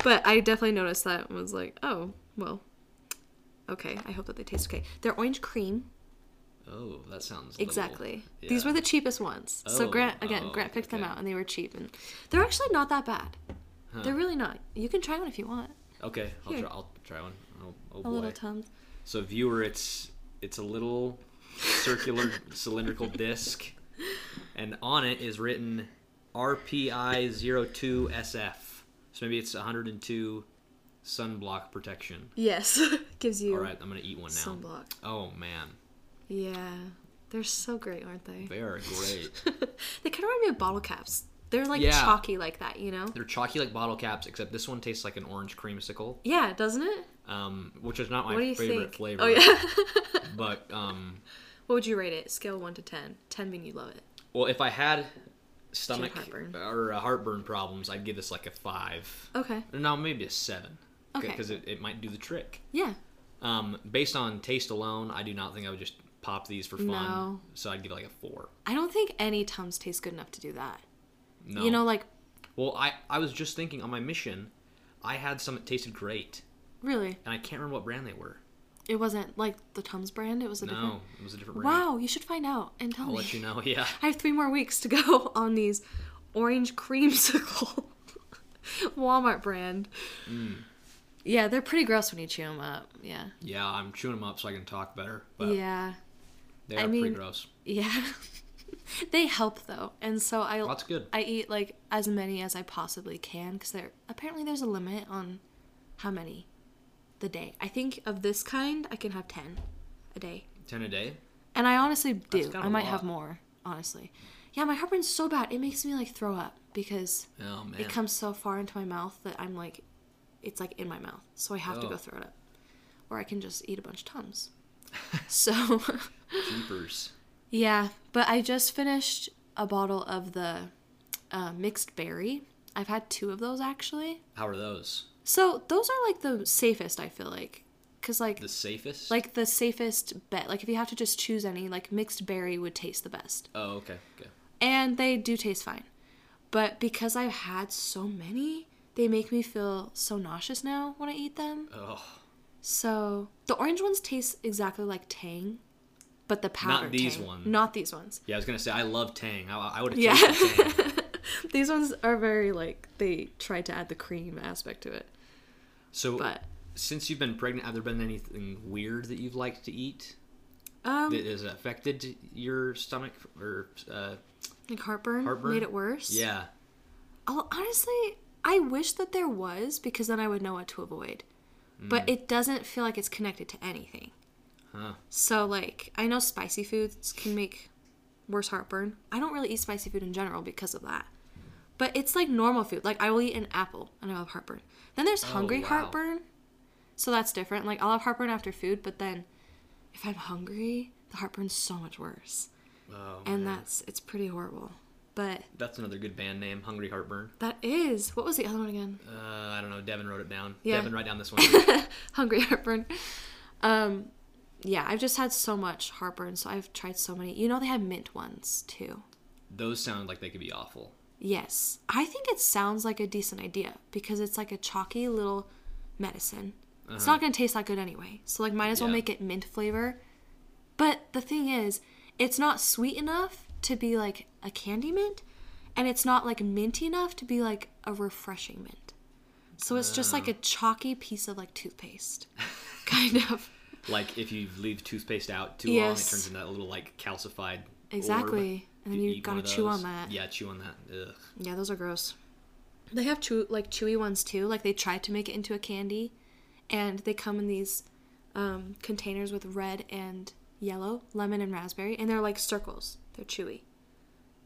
But I definitely noticed that and was like, oh well, okay. I hope that they taste okay. They're orange cream, Oh, that sounds a little- exactly. These were yeah. the cheapest ones. so Oh, Grant again, oh, Grant picked them okay. out, and they were cheap, and they're actually not that bad. They're really not. You can try one if you want. okay. I'll Here. try, I'll try one. Oh, oh A little boy. tums. so viewer, it's it's a little circular cylindrical disc, and on it is written RPI02SF. So maybe it's 102 sunblock protection. Yes, gives you All right, I'm gonna eat one now. sunblock. Oh man, Yeah, they're so great, aren't they? they are great. They kind of remind me of bottle caps. They're like Yeah. chalky like that, you know? They're chalky like bottle caps, except this one tastes like an orange creamsicle, Yeah, doesn't it? um, which is not my What do you favorite think? flavor. Oh yeah. But um, what would you rate it? Scale one to ten. Ten being you love it. well, if I had stomach heartburn. or uh, heartburn problems, I'd give this like a five. Okay. No, maybe a seven. Okay. Because it, it might do the trick. Yeah. Um, based on taste alone, I do not think I would just pop these for fun. No. So I'd give it like a four. I don't think any tums taste good enough to do that. No. You know, like well, I I was just thinking on my mission, I had some that tasted great, really, and I can't remember what brand they were. it wasn't like the Tums brand. It was a different. No, it was a different brand. Wow, you should find out and tell I'll me. let you know. Yeah. I have three more weeks to go on these orange creamsicle Walmart brand. Mm. Yeah, they're pretty gross when you chew them up. Yeah. Yeah, I'm chewing them up so I can talk better. But yeah. they I are mean- pretty gross. Yeah. they help though. And so I Well, that's good. I eat like as many as I possibly can cuz there apparently there's a limit on how many the day. I think of this kind I can have 10 a day. Ten a day. And I honestly do. kinda I might a have lot. more, honestly. Yeah, my heartburn's so bad. It makes me like throw up because Oh man. it comes so far into my mouth that I'm like it's like in my mouth. So I have to Oh. go throw it up. Or I can just eat a bunch of tums. so Jeepers. Yeah, but I just finished a bottle of the uh, mixed berry. I've had two of those actually. How are those? So those are like the safest. I feel like, cause like The safest. like the safest bet. Like if you have to just choose any, like mixed berry would taste the best, Oh, okay. Okay. and they do taste fine. But because I've had so many, they make me feel so nauseous now when I eat them. Oh, So the orange ones taste exactly like Tang, but the powder. these Tang. ones. Not these ones. yeah. I was gonna say I love Tang. I, I would have Yeah. tasted Tang. These ones are very like they tried to add the cream aspect to it, So, but since you've been pregnant, have there been anything weird that you've liked to eat um, that has affected your stomach or? Uh, like heartburn, Heartburn? made it worse. yeah. I'll, honestly, I wish that there was because then I would know what to avoid. Mm. But it doesn't feel like it's connected to anything. Huh. So like I know spicy foods can make worse heartburn. I don't really eat spicy food in general because of that. But it's like normal food. Like I will eat an apple and I'll have heartburn. Then there's hungry wow. heartburn. So that's different. Like I'll have heartburn after food, but then if I'm hungry, the heartburn's so much worse. Oh, And that's it's pretty horrible. But that's another good band name, Hungry Heartburn. that is what was the other one again? Uh, I don't know. Devin wrote it down. Yeah. Devin, write down this one. hungry heartburn. Um, yeah, I've just had so much heartburn, so I've tried so many. You know, they have mint ones too. Those sound like they could be awful. Yes, I think it sounds like a decent idea because it's like a chalky little medicine. It's not gonna taste that good anyway, so like might as well Yeah. make it mint flavor. But the thing is, it's not sweet enough to be like a candy mint, and it's not like minty enough to be like a refreshing mint. So it's just like a chalky piece of like toothpaste, kind of. Like if you leave toothpaste out too long, Yes. it turns into that little like calcified. Orb. Exactly. And then You you eat gotta one of chew on those. that. Yeah, chew on that. Ugh. Yeah, those are gross. They have chew like chewy ones too. Like they tried to make it into a candy, and they come in these um, containers with red and yellow, lemon and raspberry, and they're like circles. They're chewy,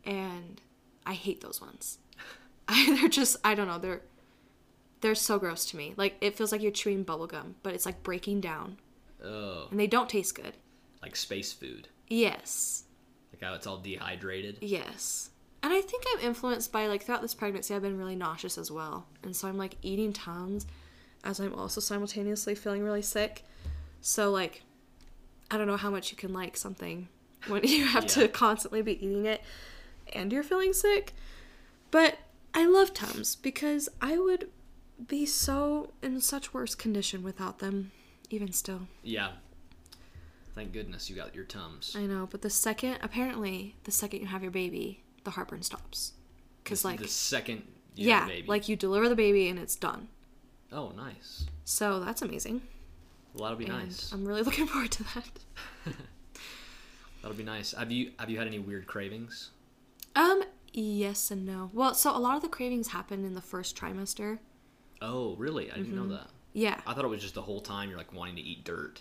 and I hate those ones. I, they're just I don't know. They're they're so gross to me. Like it feels like you're chewing bubble gum, but it's like breaking down, Oh, and they don't taste good. like space food. Yes, Like how it's all dehydrated. Yes. And I think I'm influenced by like throughout this pregnancy I've been really nauseous as well. And so I'm like eating tums as I'm also simultaneously feeling really sick. So like I don't know how much you can like something when you have Yeah. to constantly be eating it. and you're feeling sick. But I love Tums because I would be so in such worse condition without them, even still. Yeah. Thank goodness you got your tums. I know, but the second, apparently, the second you have your baby, the heartburn stops. Because, like, the second you yeah, had a baby. like you deliver the baby and it's done. oh, nice. So that's amazing. Well, that'll be And um, nice. I'm really looking forward to that. That'll be nice. Have you have you had any weird cravings? Um, yes and no. Well, so a lot of the cravings happen in the first trimester. Oh, really? I didn't Mm-hmm. know that. Yeah. I thought it was just the whole time you're like wanting to eat dirt.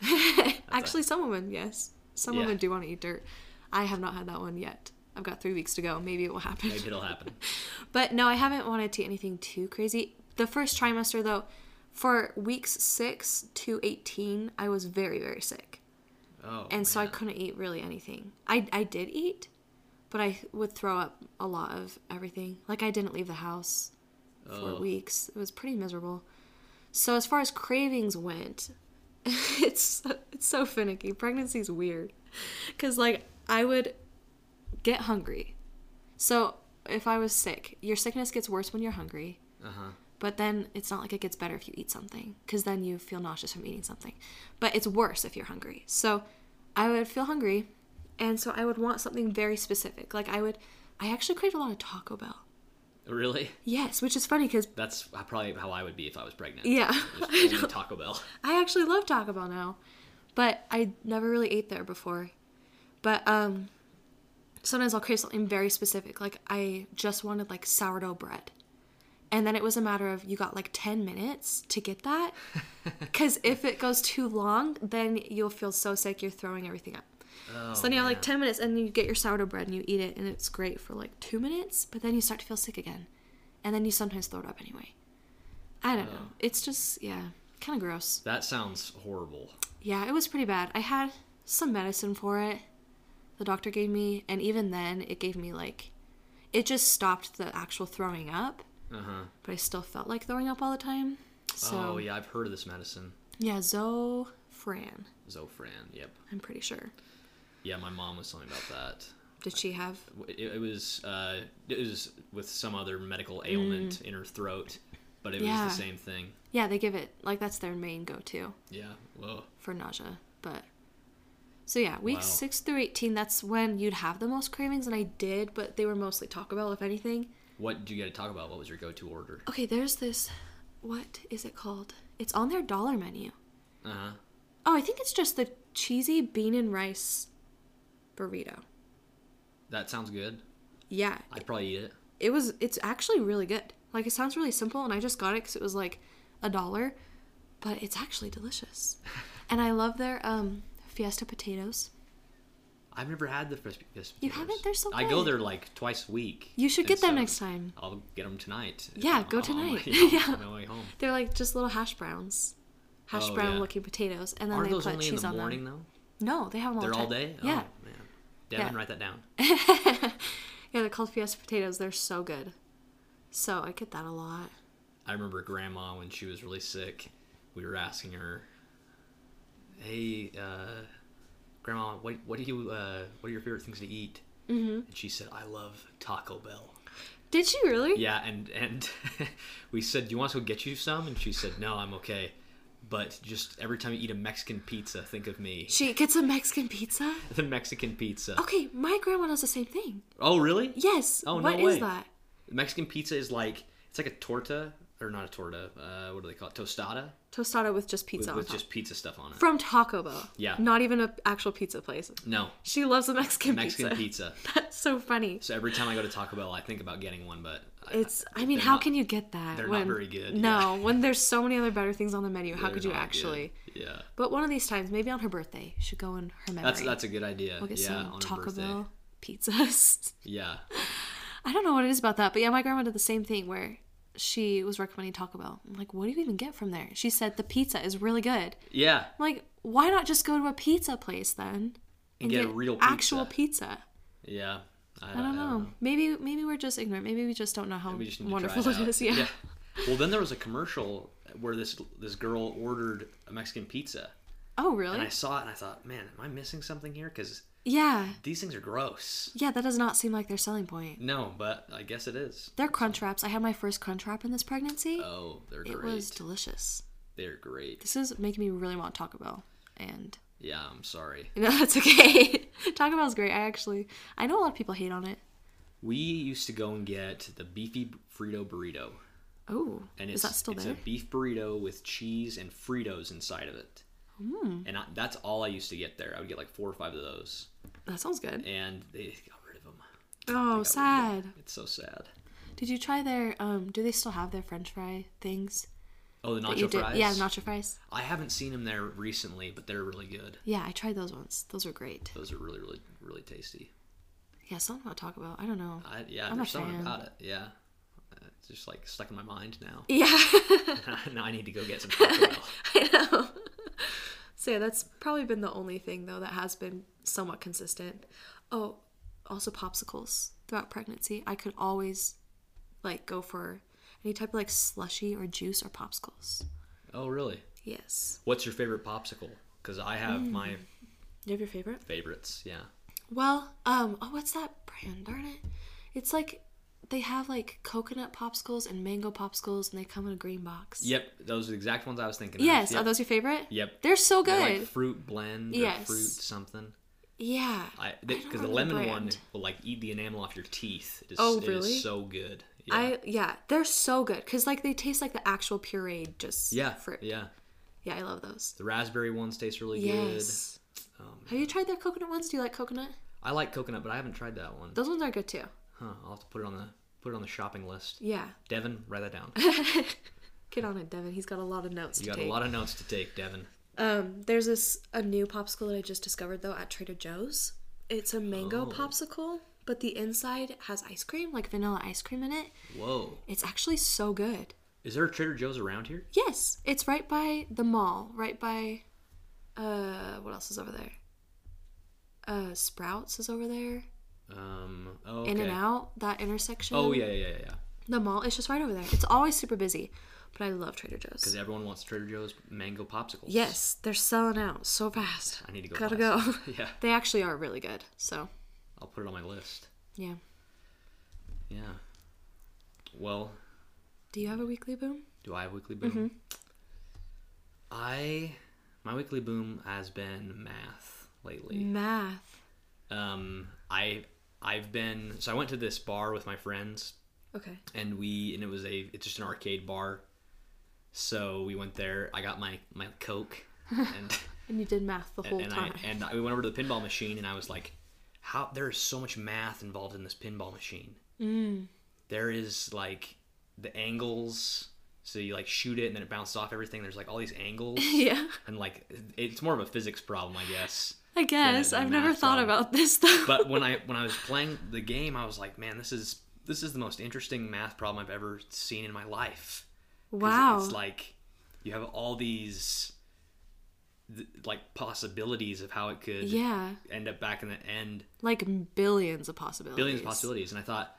Actually, some women, yes. Some Yeah. women do want to eat dirt. I have not had that one yet. I've got three weeks to go. Maybe it will happen. Maybe it'll happen. But no, I haven't wanted to eat anything too crazy. The first trimester, though, for weeks six to 18, I was very, very sick. Oh, And so I man. couldn't eat really anything. I, I did eat, but I would throw up a lot of everything. Like, I didn't leave the house for Oh. weeks. It was pretty miserable. So, as far as cravings went, it's, it's so finicky. Pregnancy's weird. Because, like, I would get hungry. So, if I was sick, your sickness gets worse when you're hungry. Uh-huh. But then it's not like it gets better if you eat something, because then you feel nauseous from eating something. But it's worse if you're hungry. So I would feel hungry, and so I would want something very specific. Like I would, I actually craved a lot of Taco Bell. Really? Yes, which is funny because That's probably how I would be if I was pregnant. yeah, Just only Taco Bell. I actually love Taco Bell now, but I never really ate there before. But um, sometimes I'll crave something very specific. Like I just wanted like sourdough bread, and then it was a matter of you got like ten minutes to get that, because if it goes too long, then you'll feel so sick you're throwing everything up. Oh, so then you have like man. ten minutes, and you get your sourdough bread and you eat it, and it's great for like two minutes. But then you start to feel sick again, and then you sometimes throw it up anyway. I don't Oh. know. It's just yeah, kind of gross. That sounds horrible. Yeah, it was pretty bad. I had some medicine for it the doctor gave me, and even then, it gave me like it just stopped the actual throwing up, Uh-huh. but I still felt like throwing up all the time. So, oh, yeah. yeah, I've heard of this medicine. Zofran, Zofran. Yep. I'm pretty sure. Yeah, my mom was telling me about that. Did she have? it, it was uh, it was with some other medical ailment in her throat, but it Mm. Yeah. was the same thing. Yeah, they give it like that's their main go to Yeah. Whoa. for nausea, but so yeah, week Wow. 6 through 18, that's when you'd have the most cravings, and I did, but they were mostly Taco Bell, if anything. What did you get to talk about? What was your go-to order? Okay, there's this. What is it called? It's on their dollar menu. Uh huh. Oh, I think it's just the cheesy bean and rice burrito. That sounds good. Yeah, I'd probably eat it. it was. It's actually really good. Like it sounds really simple, and I just got it because it was like a dollar, but it's actually delicious. and I love their um Fiesta potatoes. I've never had the crispy crispy You potatoes. haven't? They're so I go good. there like twice a week. You should and get them so next time. I'll get them tonight. if Yeah, I'm go on- on my- tonight. yeah. Yeah. On my way home. They're like just little hash browns, hash Oh, brown yeah. looking potatoes, and then Are they those put only in cheese the on morning them. though? No, they have them all They're the all day. time. Yeah, Oh man. Devin, Yeah. write that down. yeah, they're called Fiesta potatoes. They're so good. So I get that a lot. I remember grandma when she was really sick. We were asking her, "Hey, uh, grandma, what what do you uh, what are your favorite things to eat?" Mm-hmm. And she said, "I love Taco Bell." Did she really? Yeah, and and we said, "Do you want us to go get you some?" And she said, "No, I'm okay." But just every time you eat a Mexican pizza, think of me. She gets a Mexican pizza? The Mexican pizza. Okay, my grandma does the same thing. Oh, really? Yes. Oh, What no is way. that? Mexican pizza is like it's like a torta or not a torta. Uh, what do they call it? Tostada Tostada with just with, pizza with on top. just pizza stuff on it. From Taco Bell. Yeah. Not even an actual pizza place. no, She loves the Mexican, Mexican pizza. pizza. That's so funny. So every time I go to Taco Bell, I think about getting one, but I- It's I mean, they're how not- can you get that? they're not when, very good, No, yeah. when there's so many other better things on the menu, how they're could you not good. actually? Yeah, But one of these times, maybe on her birthday, you should go in her memory. that's that's a good idea. we'll get yeah, some on her Taco birthday. Bell pizzas. Yeah, I don't know what it is about that, but yeah, my grandma did the same thing where she was recommending Taco Bell. I'm like, what do you even get from there? She said the pizza is really good. yeah. I'm like, why not just go to a pizza place then And get a real actual pizza? Yeah, I, I don't know. Maybe maybe we're just ignorant. Maybe we just don't know how We just need wonderful to try it it is. out. Yeah. Well, then there was a commercial where this this girl ordered a Mexican pizza, Oh really? and I saw it and I thought, man, am I missing something here? Because Yeah. These things are gross. Yeah, that does not seem like their selling point. No, but I guess it is. They're crunch wraps. I had my first crunch wrap in this pregnancy. Oh, they're it great. was delicious. They're great. This is making me really want Taco Bell. And Yeah, I'm sorry. no, that's okay. Taco Bell's great. I actually I know a lot of people hate on it. We used to go and get the beefy Frito burrito. Oh, And is it's, that still it's there? a beef burrito with cheese and Fritos inside of it. Hmm. And I, that's all I used to get there. I would get like four or five of those. That sounds good. And they got rid of them. Oh, sad. It's so sad. Did you try their um do they still have their french fry things? Oh, the that you nacho did? fries? Yeah, nacho fries. I haven't seen them there recently, but they're really good. Yeah, I tried those ones. Those are great. Those are really, really, really tasty. Yeah, something about Taco Bell. I don't know. I, yeah, I'm a there's something fan. about it. Yeah. Uh, It's just like stuck in my mind now. Yeah. now I need to go get some Taco Bell. I know. so yeah, that's probably been the only thing though that has been somewhat consistent. Oh, also popsicles throughout pregnancy. I could always like go for any type of like slushy or juice or popsicles. Oh, really? Yes. What's your favorite popsicle? Because I have Mm. my Do you have your favorite? favorites. Yeah. Well, um, oh, what's that brand? Darn it! It's like they have like coconut popsicles and mango popsicles, and they come in a green box. Yep. Those are the exact ones I was thinking Yes, of. Yep. are those your favorite? Yep. They're so They're good. like fruit blend or Yes. fruit something. yeah. I don't Because the remember lemon brand. one will like eat the enamel off your teeth. It is, Oh, it is really? so good. Yeah. I yeah, they're so good because like they taste like the actual pureed just yeah. fruit. Yeah. Yeah, I love those. The raspberry ones taste really Yes. good. Um, Have you tried their coconut ones? Do you like coconut? I like coconut, but I haven't tried that one. Those ones are good too. Huh, I'll have to put it on the put it on the shopping list. Yeah, Devin, write that down. get on it, Devin. He's got a lot of notes You to got take. a lot of notes to take, Devin. um, there's this a new popsicle that I just discovered though at Trader Joe's. It's a mango Oh. popsicle, but the inside has ice cream, like vanilla ice cream in it. Whoa. It's actually so good. Is there a Trader Joe's around here? Yes, it's right by the mall, right by uh what else is over there? Uh Sprouts is over there. Um oh In okay. and out, that intersection. Oh yeah, yeah, yeah, yeah. The mall is just right over there. It's always super busy, but I love Trader Joe's. Because everyone wants Trader Joe's mango popsicles. Yes, they're selling out so fast. I need to go. Gotta buy go. some. yeah. they actually are really good. So, I'll put it on my list. yeah. Yeah. Well, Do you have a weekly boom? do I have weekly boom? Mm-hmm. I my weekly boom has been math lately. Math. Um I I've been so I went to this bar with my friends Okay. and we and it was a it's just an arcade bar so we went there i got my my coke and And you did math the whole and i time. and I, we went over to the pinball machine and i was like how there is so much math involved in this pinball machine mm. there is like the angles so you like shoot it and then it bounces off everything there's like all these angles yeah. and like it's more of a physics problem i guess I guess a I've never math thought problem. about this though. but when I when I was playing the game, I was like, man, this is this is the most interesting math problem I've ever seen in my life. 'Cause wow. it's like you have all these th- like possibilities of how it could yeah. end up back in the end, Like billions of possibilities. billions of possibilities, and I thought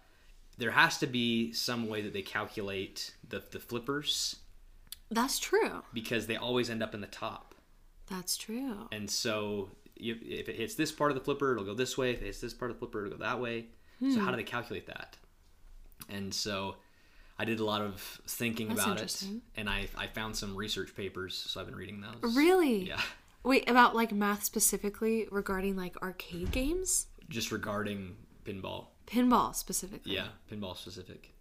there has to be some way that they calculate the the flippers That's true. because they always end up in the top. That's true. and so you, if it hits this part of the flipper, it'll go this way. If it hits this part of the flipper, it'll go that way. So Hmm. how do they calculate that? And so I did a lot of thinking That's about it, interesting. and I I found some research papers, so I've been reading those. Really? Yeah, Wait, about like math specifically regarding like arcade games? just regarding pinball. Pinball specifically. Yeah, pinball specific.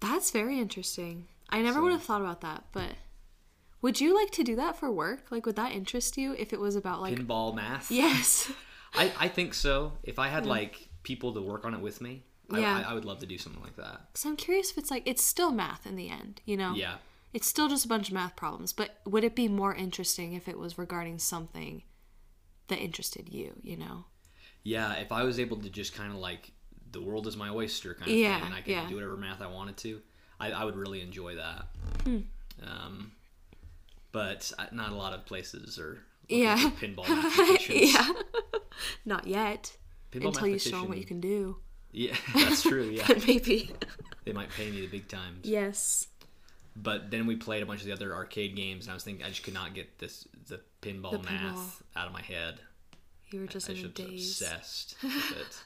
That's very interesting. I never would have thought about that, but would you like to do that for work? Like, would that interest you if it was about like. Pinball math. Yes. I I think so. If I had like people to work on it with me, I, Yeah. I, I would love to do something like that. Because I'm curious if it's like, it's still math in the end, you know? Yeah. It's still just a bunch of math problems, but would it be more interesting if it was regarding something that interested you, you know? Yeah, if I was able to just kind of like the world is my oyster kind of Yeah, thing, and I could yeah. do whatever math I wanted to, I, I would really enjoy that. Hmm. Um, but I- not a lot of places are looking Yeah. for pinball mathematicians. Yeah. Not yet. Pinball until you show 'em what mathematician. you can do. yeah, that's true. Yeah, But maybe. they might pay me the big times. yes. But then we played a bunch of the other arcade games, and I was thinking I just could not get this the pinball The math out of my head. You were just I in a should be daze. obsessed with it.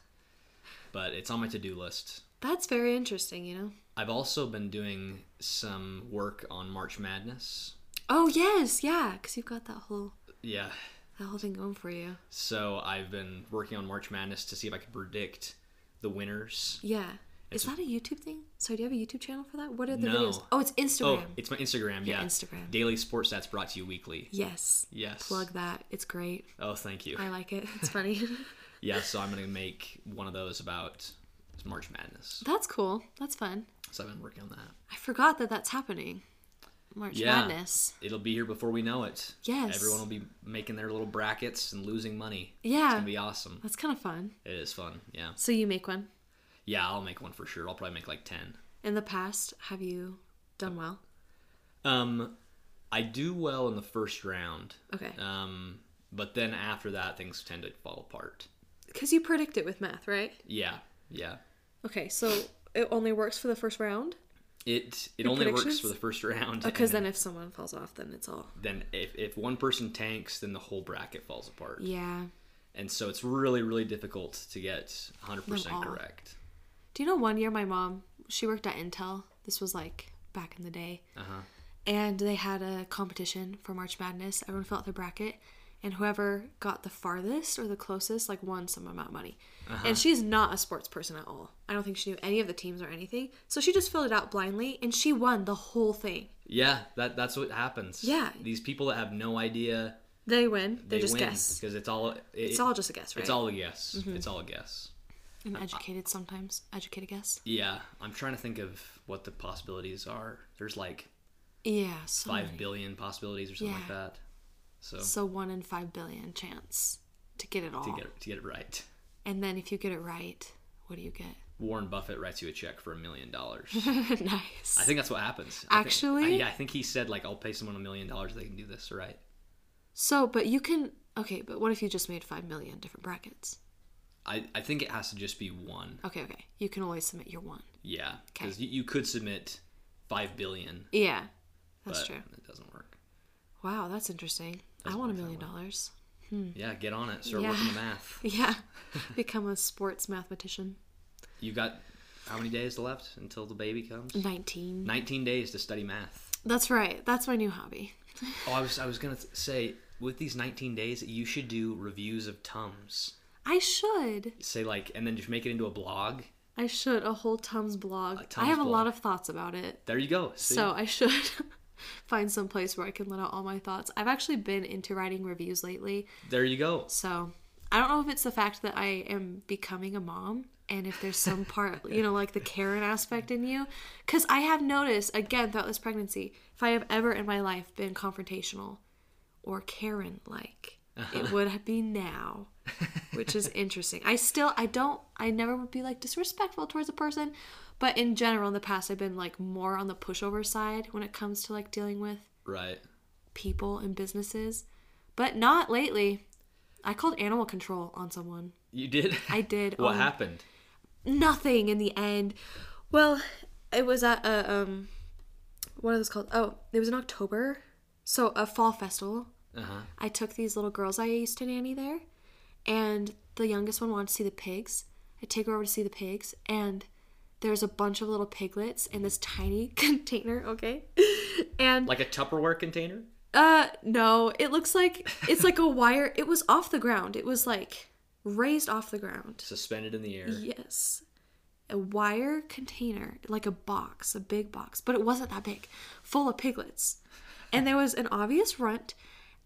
But it's on my to do list. That's very interesting, you know? I've also been doing some work on March Madness. Oh, yes, yeah, because you've got that whole Yeah. that whole thing going for you. So I've been working on March Madness to see if I could predict the winners. Yeah. Is It's- that a YouTube thing? Sorry, do you have a YouTube channel for that? What are the No. videos? Oh, it's Oh, Instagram. it's my Instagram. Yeah, Yeah, Instagram. Daily Sports Stats brought to you weekly. yes. Yes. Plug that. It's great. Oh, thank you. I like it. It's funny. Yeah, so I'm gonna make one of those about March Madness. that's cool. That's fun. So I've been working on that. I forgot that that's happening. March Yeah. Madness. It'll be here before we know it. Yes. Everyone will be making their little brackets and losing money. It's Yeah. gonna be awesome. That's kind of fun. It is fun. Yeah. So you make one. Yeah, I'll make one for sure. I'll probably make like ten. In the past, have you done well? Um, I do well in the first round. Okay. Um, but then after that, things tend to fall apart. Because you predict it with math, right? Yeah, yeah. Okay, so it only works for the first round? It it Your only works predictions? for the first round. Because and then if someone falls off, then it's all. then if if one person tanks, then the whole bracket falls apart. Yeah. And so it's really really difficult to get 100% Them all. correct. Do you know one year my mom, she worked at Intel. This was like back in the day. Uh-huh. And they had a competition for March Madness. Everyone filled out their bracket. And whoever got the farthest or the closest, like, won some amount of money. Uh-huh. And she's not a sports person at all. I don't think she knew any of the teams or anything. So she just filled it out blindly and she won the whole thing. Yeah, that that's what happens. Yeah. These people that have no idea, They win. They, they, just win guess. because it's all it- It's all just a guess, right? Mm-hmm. It's all a guess. It's all a guess. an educated sometimes educated guess. Yeah, I'm trying to think of what the possibilities are. There's like Yeah, so five many. billion possibilities or something like Yeah. that. So So one in five billion chance to get it all. to get it, to get it right. And then if you get it right, what do you get? Warren Buffett writes you a check for a million dollars. nice. I think that's what happens. I think- Actually? I- yeah, I think he said like I'll pay someone a million dollars if they can do this right. so, but you can okay, but what if you just made five million different brackets? I, I think it has to just be one. Okay, okay. You can always submit your one. Yeah, Okay. because you, you could submit five billion, Yeah. That's but true. it doesn't work. Wow, that's interesting. I want a million dollars. Yeah, get on it. Start Hmm. Yeah. working the math. Yeah. Become a sports mathematician. You got how many days left until the baby comes? Mm. Nineteen. Nineteen days to study math. That's right. That's my new hobby. Oh, I was I was gonna th- say with these 19 days, you should do reviews of Tums. I should. Say like, and then just make it into a blog. I should a whole Tums blog. I Tums have a blog. lot of thoughts about it, There you go. See? so I should find some place where I can let out all my thoughts. I've actually been into writing reviews lately, there you go. so I don't know if it's the fact that I am becoming a mom and if there's some part, you know, like the Karen aspect in you, because I have noticed again throughout this pregnancy, if I have ever in my life been confrontational or Karen like, it would be now which is interesting. I still, I don't, I never would be like disrespectful towards a person, but in general, in the past, I've been like more on the pushover side when it comes to like dealing with Right. people and businesses, but not lately. I called animal control on someone. You did. I um, did. what on- happened? Nothing in the end. Well, it was at a um, what are those called? Oh, it was in October, so a fall festival. Uh huh. I took these little girls I used to nanny there, and the youngest one wanted to see the pigs. I take her over to see the pigs, and there's a bunch of little piglets in this tiny container, okay? And Like a Tupperware container. uh no, it looks like it's like a wire. It was off the ground. It was like raised off the ground. suspended in the air. Yes. A wire container, like a box, a big box, but it wasn't that big, full of piglets. And there was an obvious runt,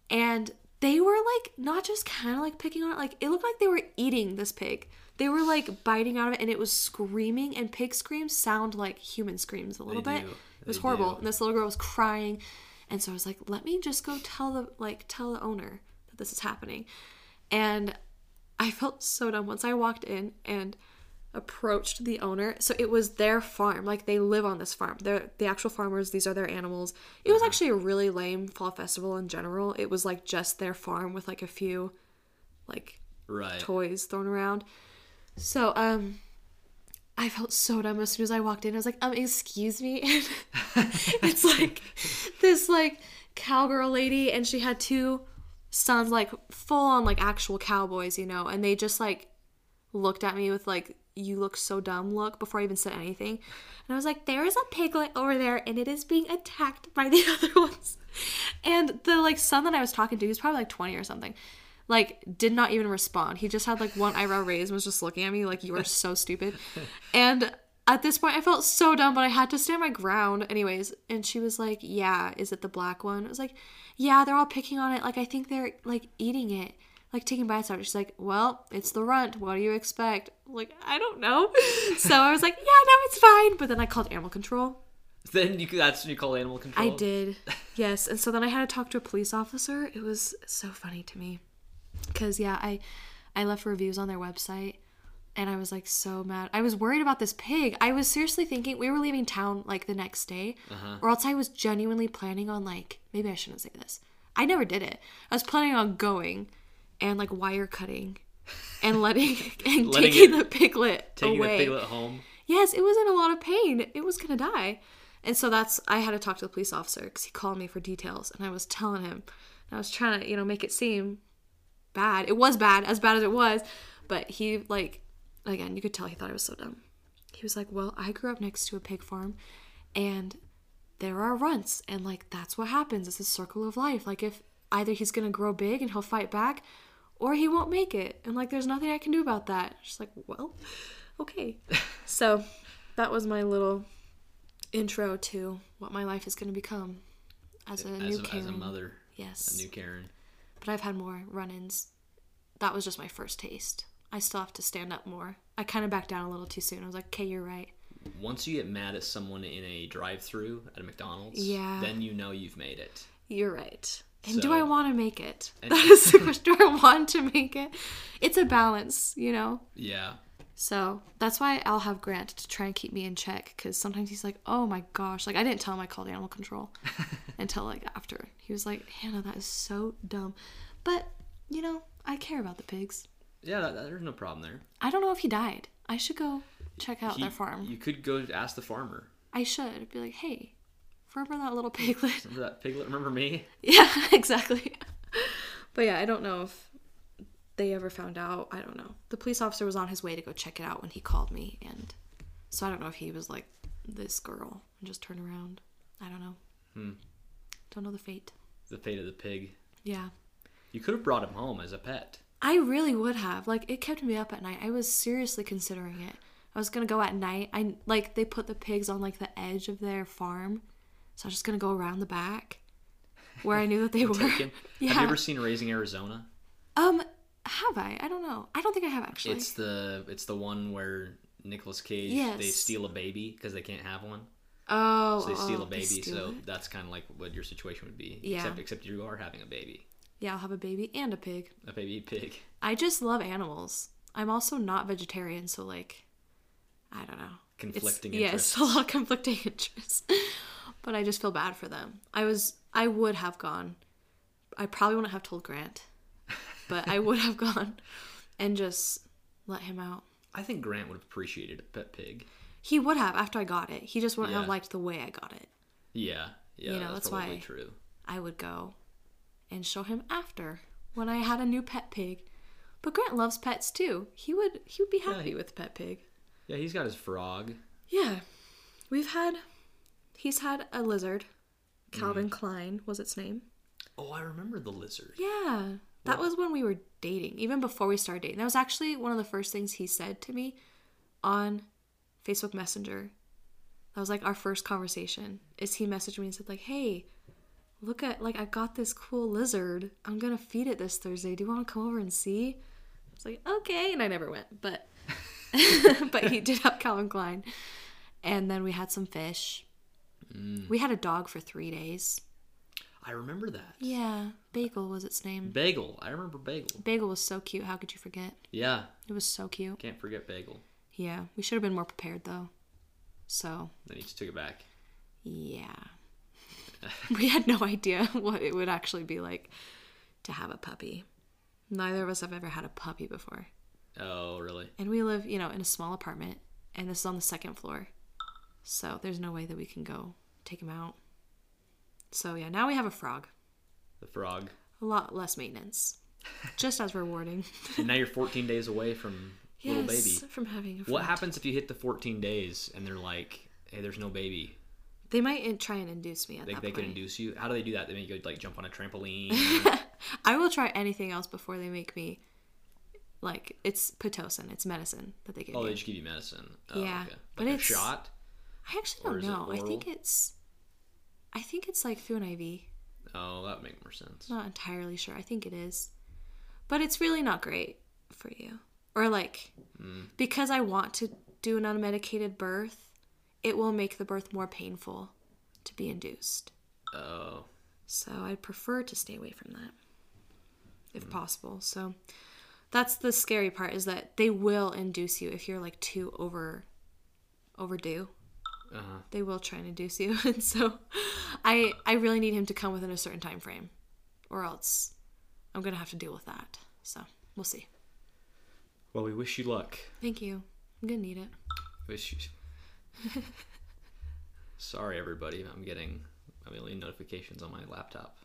and they were like not just kind of like picking on it, like it looked like they were eating this pig. They were like biting out of it, and it was screaming, and pig screams sound like human screams a little They bit. do. It was They horrible. do. And this little girl was crying, and so I was like, let me just go tell the like tell the owner that this is happening. And I felt so dumb once I walked in and approached the owner. So it was their farm. Like they live on this farm. They're the actual farmers, these are their animals. It was actually a really lame fall festival in general. It was like just their farm with like a few like Right. toys thrown around. So um I felt so dumb as soon as I walked in. I was like, um, excuse me. And it's like this like cowgirl lady and she had two sons like full on like actual cowboys, you know, and they just like looked at me with like you look so dumb look before I even said anything. And I was like, there is a piglet over there and it is being attacked by the other ones. And the like son that I was talking to, he was probably like 20 or something, like did not even respond. He just had like one eyebrow raised and was just looking at me like you are so stupid. And at this point I felt so dumb, but I had to stand my ground anyways. And she was like, Yeah, is it the black one? I was like, Yeah, they're all picking on it. Like I think they're like eating it like taking bites out of it. She's like, "Well, it's the runt. What do you expect?" I'm like, I don't know. so I was like, "Yeah, no, it's fine." But then I called animal control. Then you that's when you call animal control. I did, yes. And so then I had to talk to a police officer. It was so funny to me, because yeah, I, I left reviews on their website, and I was like so mad. I was worried about this pig. I was seriously thinking we were leaving town like the next day, Uh-huh. or else I was genuinely planning on like maybe I shouldn't say this. I never did it. I was planning on going and like wire cutting and letting and Letting taking it- the piglet Taking away. the piglet home. Yes, it was in a lot of pain. It was gonna die. And so that's I had to talk to the police officer because he called me for details, and I was telling him, and I was trying to you know make it seem bad. It was bad, as bad as it was, but he like again you could tell he thought I was so dumb. He was like, "Well, I grew up next to a pig farm, and there are runts, and like that's what happens. It's a circle of life. Like if either he's gonna grow big and he'll fight back, or he won't make it, and like there's nothing I can do about that." She's like, "Well, okay." so that was my little intro to what my life is gonna become as a As new a, Karen. as a mother. Yes A new Karen. but I've had more run-ins. That was just my first taste. I still have to stand up more. I kind of backed down a little too soon. I was like, "Okay, you're right." Once you get mad at someone in a drive through at a McDonald's, Yeah. then you know you've made it. You're right. And do So- I want to make it? And- that is the question. Do I want to make it? It's a balance, you know. Yeah. So that's why I'll have Grant to try and keep me in check because sometimes he's like, "Oh my gosh!" Like I didn't tell him I called animal control until like after. He was like, "Hannah, that is so dumb," but you know, I care about the pigs. Yeah, that, that- there's no problem there. I don't know if he died. I should go check out You- their farm. You could go ask the farmer. I should be like, hey, remember that little piglet? Remember that piglet? Remember me? yeah, exactly. but yeah, I don't know if they ever found out. I don't know. The police officer was on his way to go check it out when he called me, and so I don't know if he was like this girl and just turned around. I don't know. Don't know the fate. The fate of the pig. Yeah. You could have brought him home as a pet. I really would have. Like it kept me up at night. I was seriously considering it. I was gonna go at night. I like they put the pigs on like the edge of their farm, so I was just gonna go around the back, where I knew that they were. Take him. Yeah. Have you ever seen Raising Arizona? um, have I? I don't know. I don't think I have actually. It's the it's the one where Nicolas Cage they Yes. steal a baby because they can't have one. oh, So they steal oh, a baby. steal so it. that's kind of like what your situation would be. Yeah. Except except you are having a baby, yeah, I'll have a baby and a pig. a baby pig. I just love animals. I'm also not vegetarian, so like, I don't know. Conflicting it's, interests. Yes, a lot of conflicting interests. but I just feel bad for them. I was, I would have gone. I probably wouldn't have told Grant, but I would have gone and just let him out. I think Grant would have appreciated a pet pig. He would have after I got it. He just wouldn't Yeah. have liked the way I got it. Yeah, yeah, You know, that's, that's probably why- true. I would go and show him after when I had a new pet pig. But Grant loves pets too. He would he would be happy he- with pet pig. Yeah, he's got his frog. Yeah. We've had he's had a lizard. Mm-hmm. Calvin Klein was its name. Oh, I remember the lizard. Yeah. That was when we were dating, even before we started dating. That was actually one of the first things he said to me on Facebook Messenger. That was like our first conversation. Is he messaged me and said like, "Hey, look at like I got this cool lizard. I'm gonna feed it this Thursday. Do you want to come over and see?" I was like, "Okay," and I never went, but but he did have Calvin Klein, and then we had some fish. We had a dog for three days. I remember that. Yeah, Bagel was its name. Bagel. I remember Bagel. Bagel was so cute. How could you forget? Yeah, It was so cute. can't forget Bagel. Yeah, we should have been more prepared though. So, Then he just took it back. yeah. we had no idea what it would actually be like to have a puppy. Neither of us have ever had a puppy before. Oh, really? And we live, you know, in a small apartment, and this is on the second floor. So, there's no way that we can go take him out. So, yeah, now we have a frog. The frog. a lot less maintenance, just as rewarding. And now you're 14 days away from little baby. from having a friend. What happens if you hit the 14 days and they're like, "Hey, there's no baby." They might in- try and induce me at They, that they point. could induce you. How do they do that? They make you like jump on a trampoline. I will try anything else before they make me. Like it's pitocin, it's medicine that they give oh, me. they just give you medicine. Oh, Yeah, okay. but like a it's- shot. I actually or don't is it know. I think oral? it's. I think it's like through an IV. Oh, that would make more sense. Not entirely sure. I think it is, but it's really not great for you. Or like, Mm. because I want to do an unmedicated birth, it will make the birth more painful to be induced. Oh, So I'd prefer to stay away from that if possible. So that's the scary part is that they will induce you if you're like too over overdue. Uh-huh. They will try and induce you. And so I I really need him to come within a certain time frame or else I'm going to have to deal with that. So, we'll see. well, we wish you luck. Thank you. I'm going to need it. Wish you. Sorry, everybody. I'm getting a million notifications on my laptop.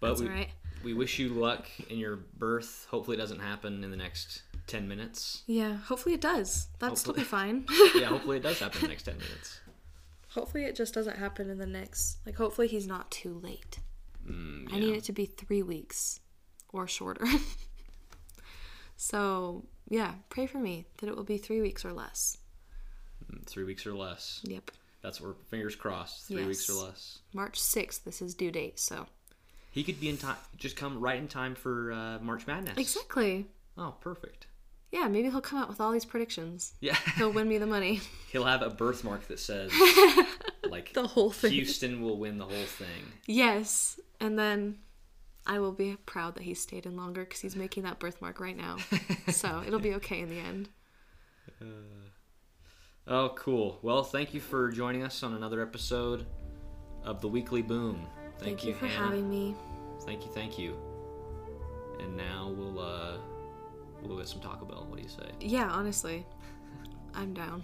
But That's Oh, we, all right. we wish you luck in your birth. Hopefully, it doesn't happen in the next 10 minutes. Yeah, hopefully it does. That'll still be fine. Yeah, hopefully, it does happen in the next 10 minutes. Hopefully it just doesn't happen in the next. Like hopefully he's not too late. Mm, I need it to be 3 weeks or shorter. so, yeah, pray for me that it will be 3 weeks or less. Mm, Three weeks or less. Yep. That's where fingers crossed. Three weeks or Yes. less. March 6th this is due date, so. He could be in time. Just come right in time for uh, March Madness. Exactly. Oh, perfect. Yeah, maybe he'll come out with all these predictions. Yeah. He'll win me the money. He'll have a birthmark that says, like, The whole thing. Houston will win the whole thing. Yes, and then I will be proud that he stayed in longer because he's making that birthmark right now. so it'll be okay in the end. Oh, cool. Well, thank you for joining us on another episode of the Weekly Boom. Thank, you, for Hannah. having me. Thank you, thank you. And now we'll uh, we'll get some Taco Bell. What do you say? Yeah, honestly, I'm down.